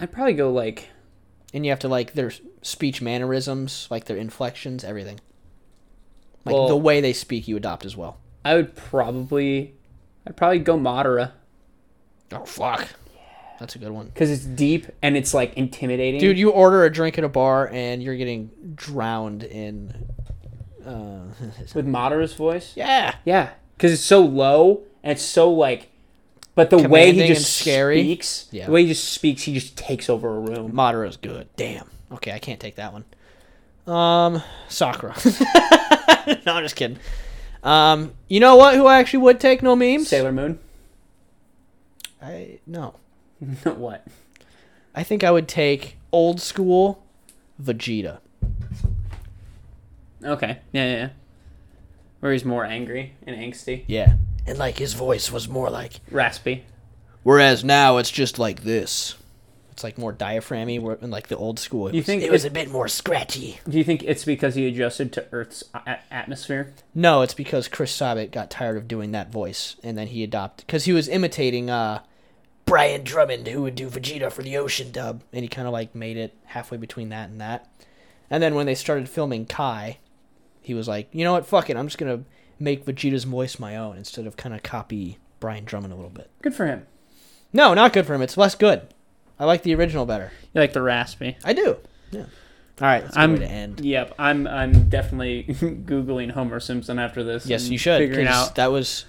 S1: I'd probably go like
S2: And you have to like their speech mannerisms, like their inflections, everything. Like
S1: Well-
S2: the way they speak, you adopt as well.
S1: I would probably I'd probably go Madara
S2: Oh fuck. That's a good one.
S1: because it's deep and it's like intimidating.
S2: Dude, you order a drink at a bar and you're getting drowned in uh *laughs*
S1: with Madara's voice,
S2: Yeah.
S1: yeah, because it's so low and it's so like, but the way
S2: Commanding
S1: he
S2: and
S1: just
S2: scary.
S1: speaks,
S2: Yeah.
S1: the way he just speaks, he just takes over a room.
S2: Madara's good. Damn. Okay, I can't take that one. Um Sakura. *laughs* no, I'm just kidding. Um you know what who I actually would take no memes?
S1: Sailor Moon, *laughs*
S2: I no.
S1: what?
S2: I think I would take old school Vegeta.
S1: Okay, yeah, yeah, yeah. Where he's more angry and angsty,
S2: Yeah. And like his voice was more like
S1: raspy.
S2: Whereas now it's just like this. It's like more diaphragmy, where in like the old school. It
S1: You
S2: was,
S1: think
S2: it was
S1: it-
S2: a bit more scratchy?
S1: Do you think it's because he adjusted to Earth's a- atmosphere?
S2: No, it's because Chris Sabat got tired of doing that voice, and then he adopted because he was imitating uh, Brian Drummond, who would do Vegeta for the Ocean dub, and he kind of like made it halfway between that and that. And then when they started filming Kai, he was like, you know what, fuck it, I'm just gonna make Vegeta's voice my own instead of kind of copy Brian Drummond a little bit.
S1: Good for him.
S2: No, not good for him. It's less good. I like the original better.
S1: You like the raspy.
S2: I do. Yeah. All right. That's a good
S1: I'm-
S2: way to end.
S1: Yep, I'm I'm definitely *laughs* googling Homer Simpson after this.
S2: Yes,
S1: and
S2: you should.
S1: figuring
S2: 'cause
S1: out.
S2: That was.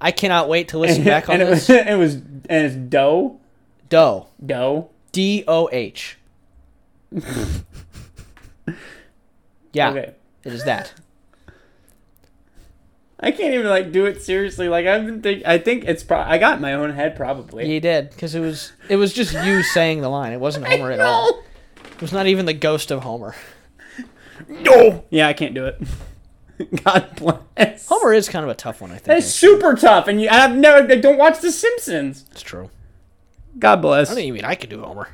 S2: I cannot wait to listen back
S1: *laughs*
S2: on
S1: and it
S2: this.
S1: was it was and it's dough
S2: *laughs* Doe.
S1: dough.
S2: D O
S1: *laughs*
S2: H. Yeah,
S1: Okay.
S2: it is that.
S1: I can't even like do it seriously. Like I've been think I think it's pro- I got in my own head probably.
S2: You did because it was it was just you saying the line. It wasn't Homer at all. It was not even the ghost of Homer.
S1: No. Yeah, I can't do it. *laughs* God bless.
S2: Homer is kind of a tough one, I think.
S1: That is super tough, and you I've never I don't watch The Simpsons.
S2: It's true.
S1: God bless.
S2: I don't even I could do Homer.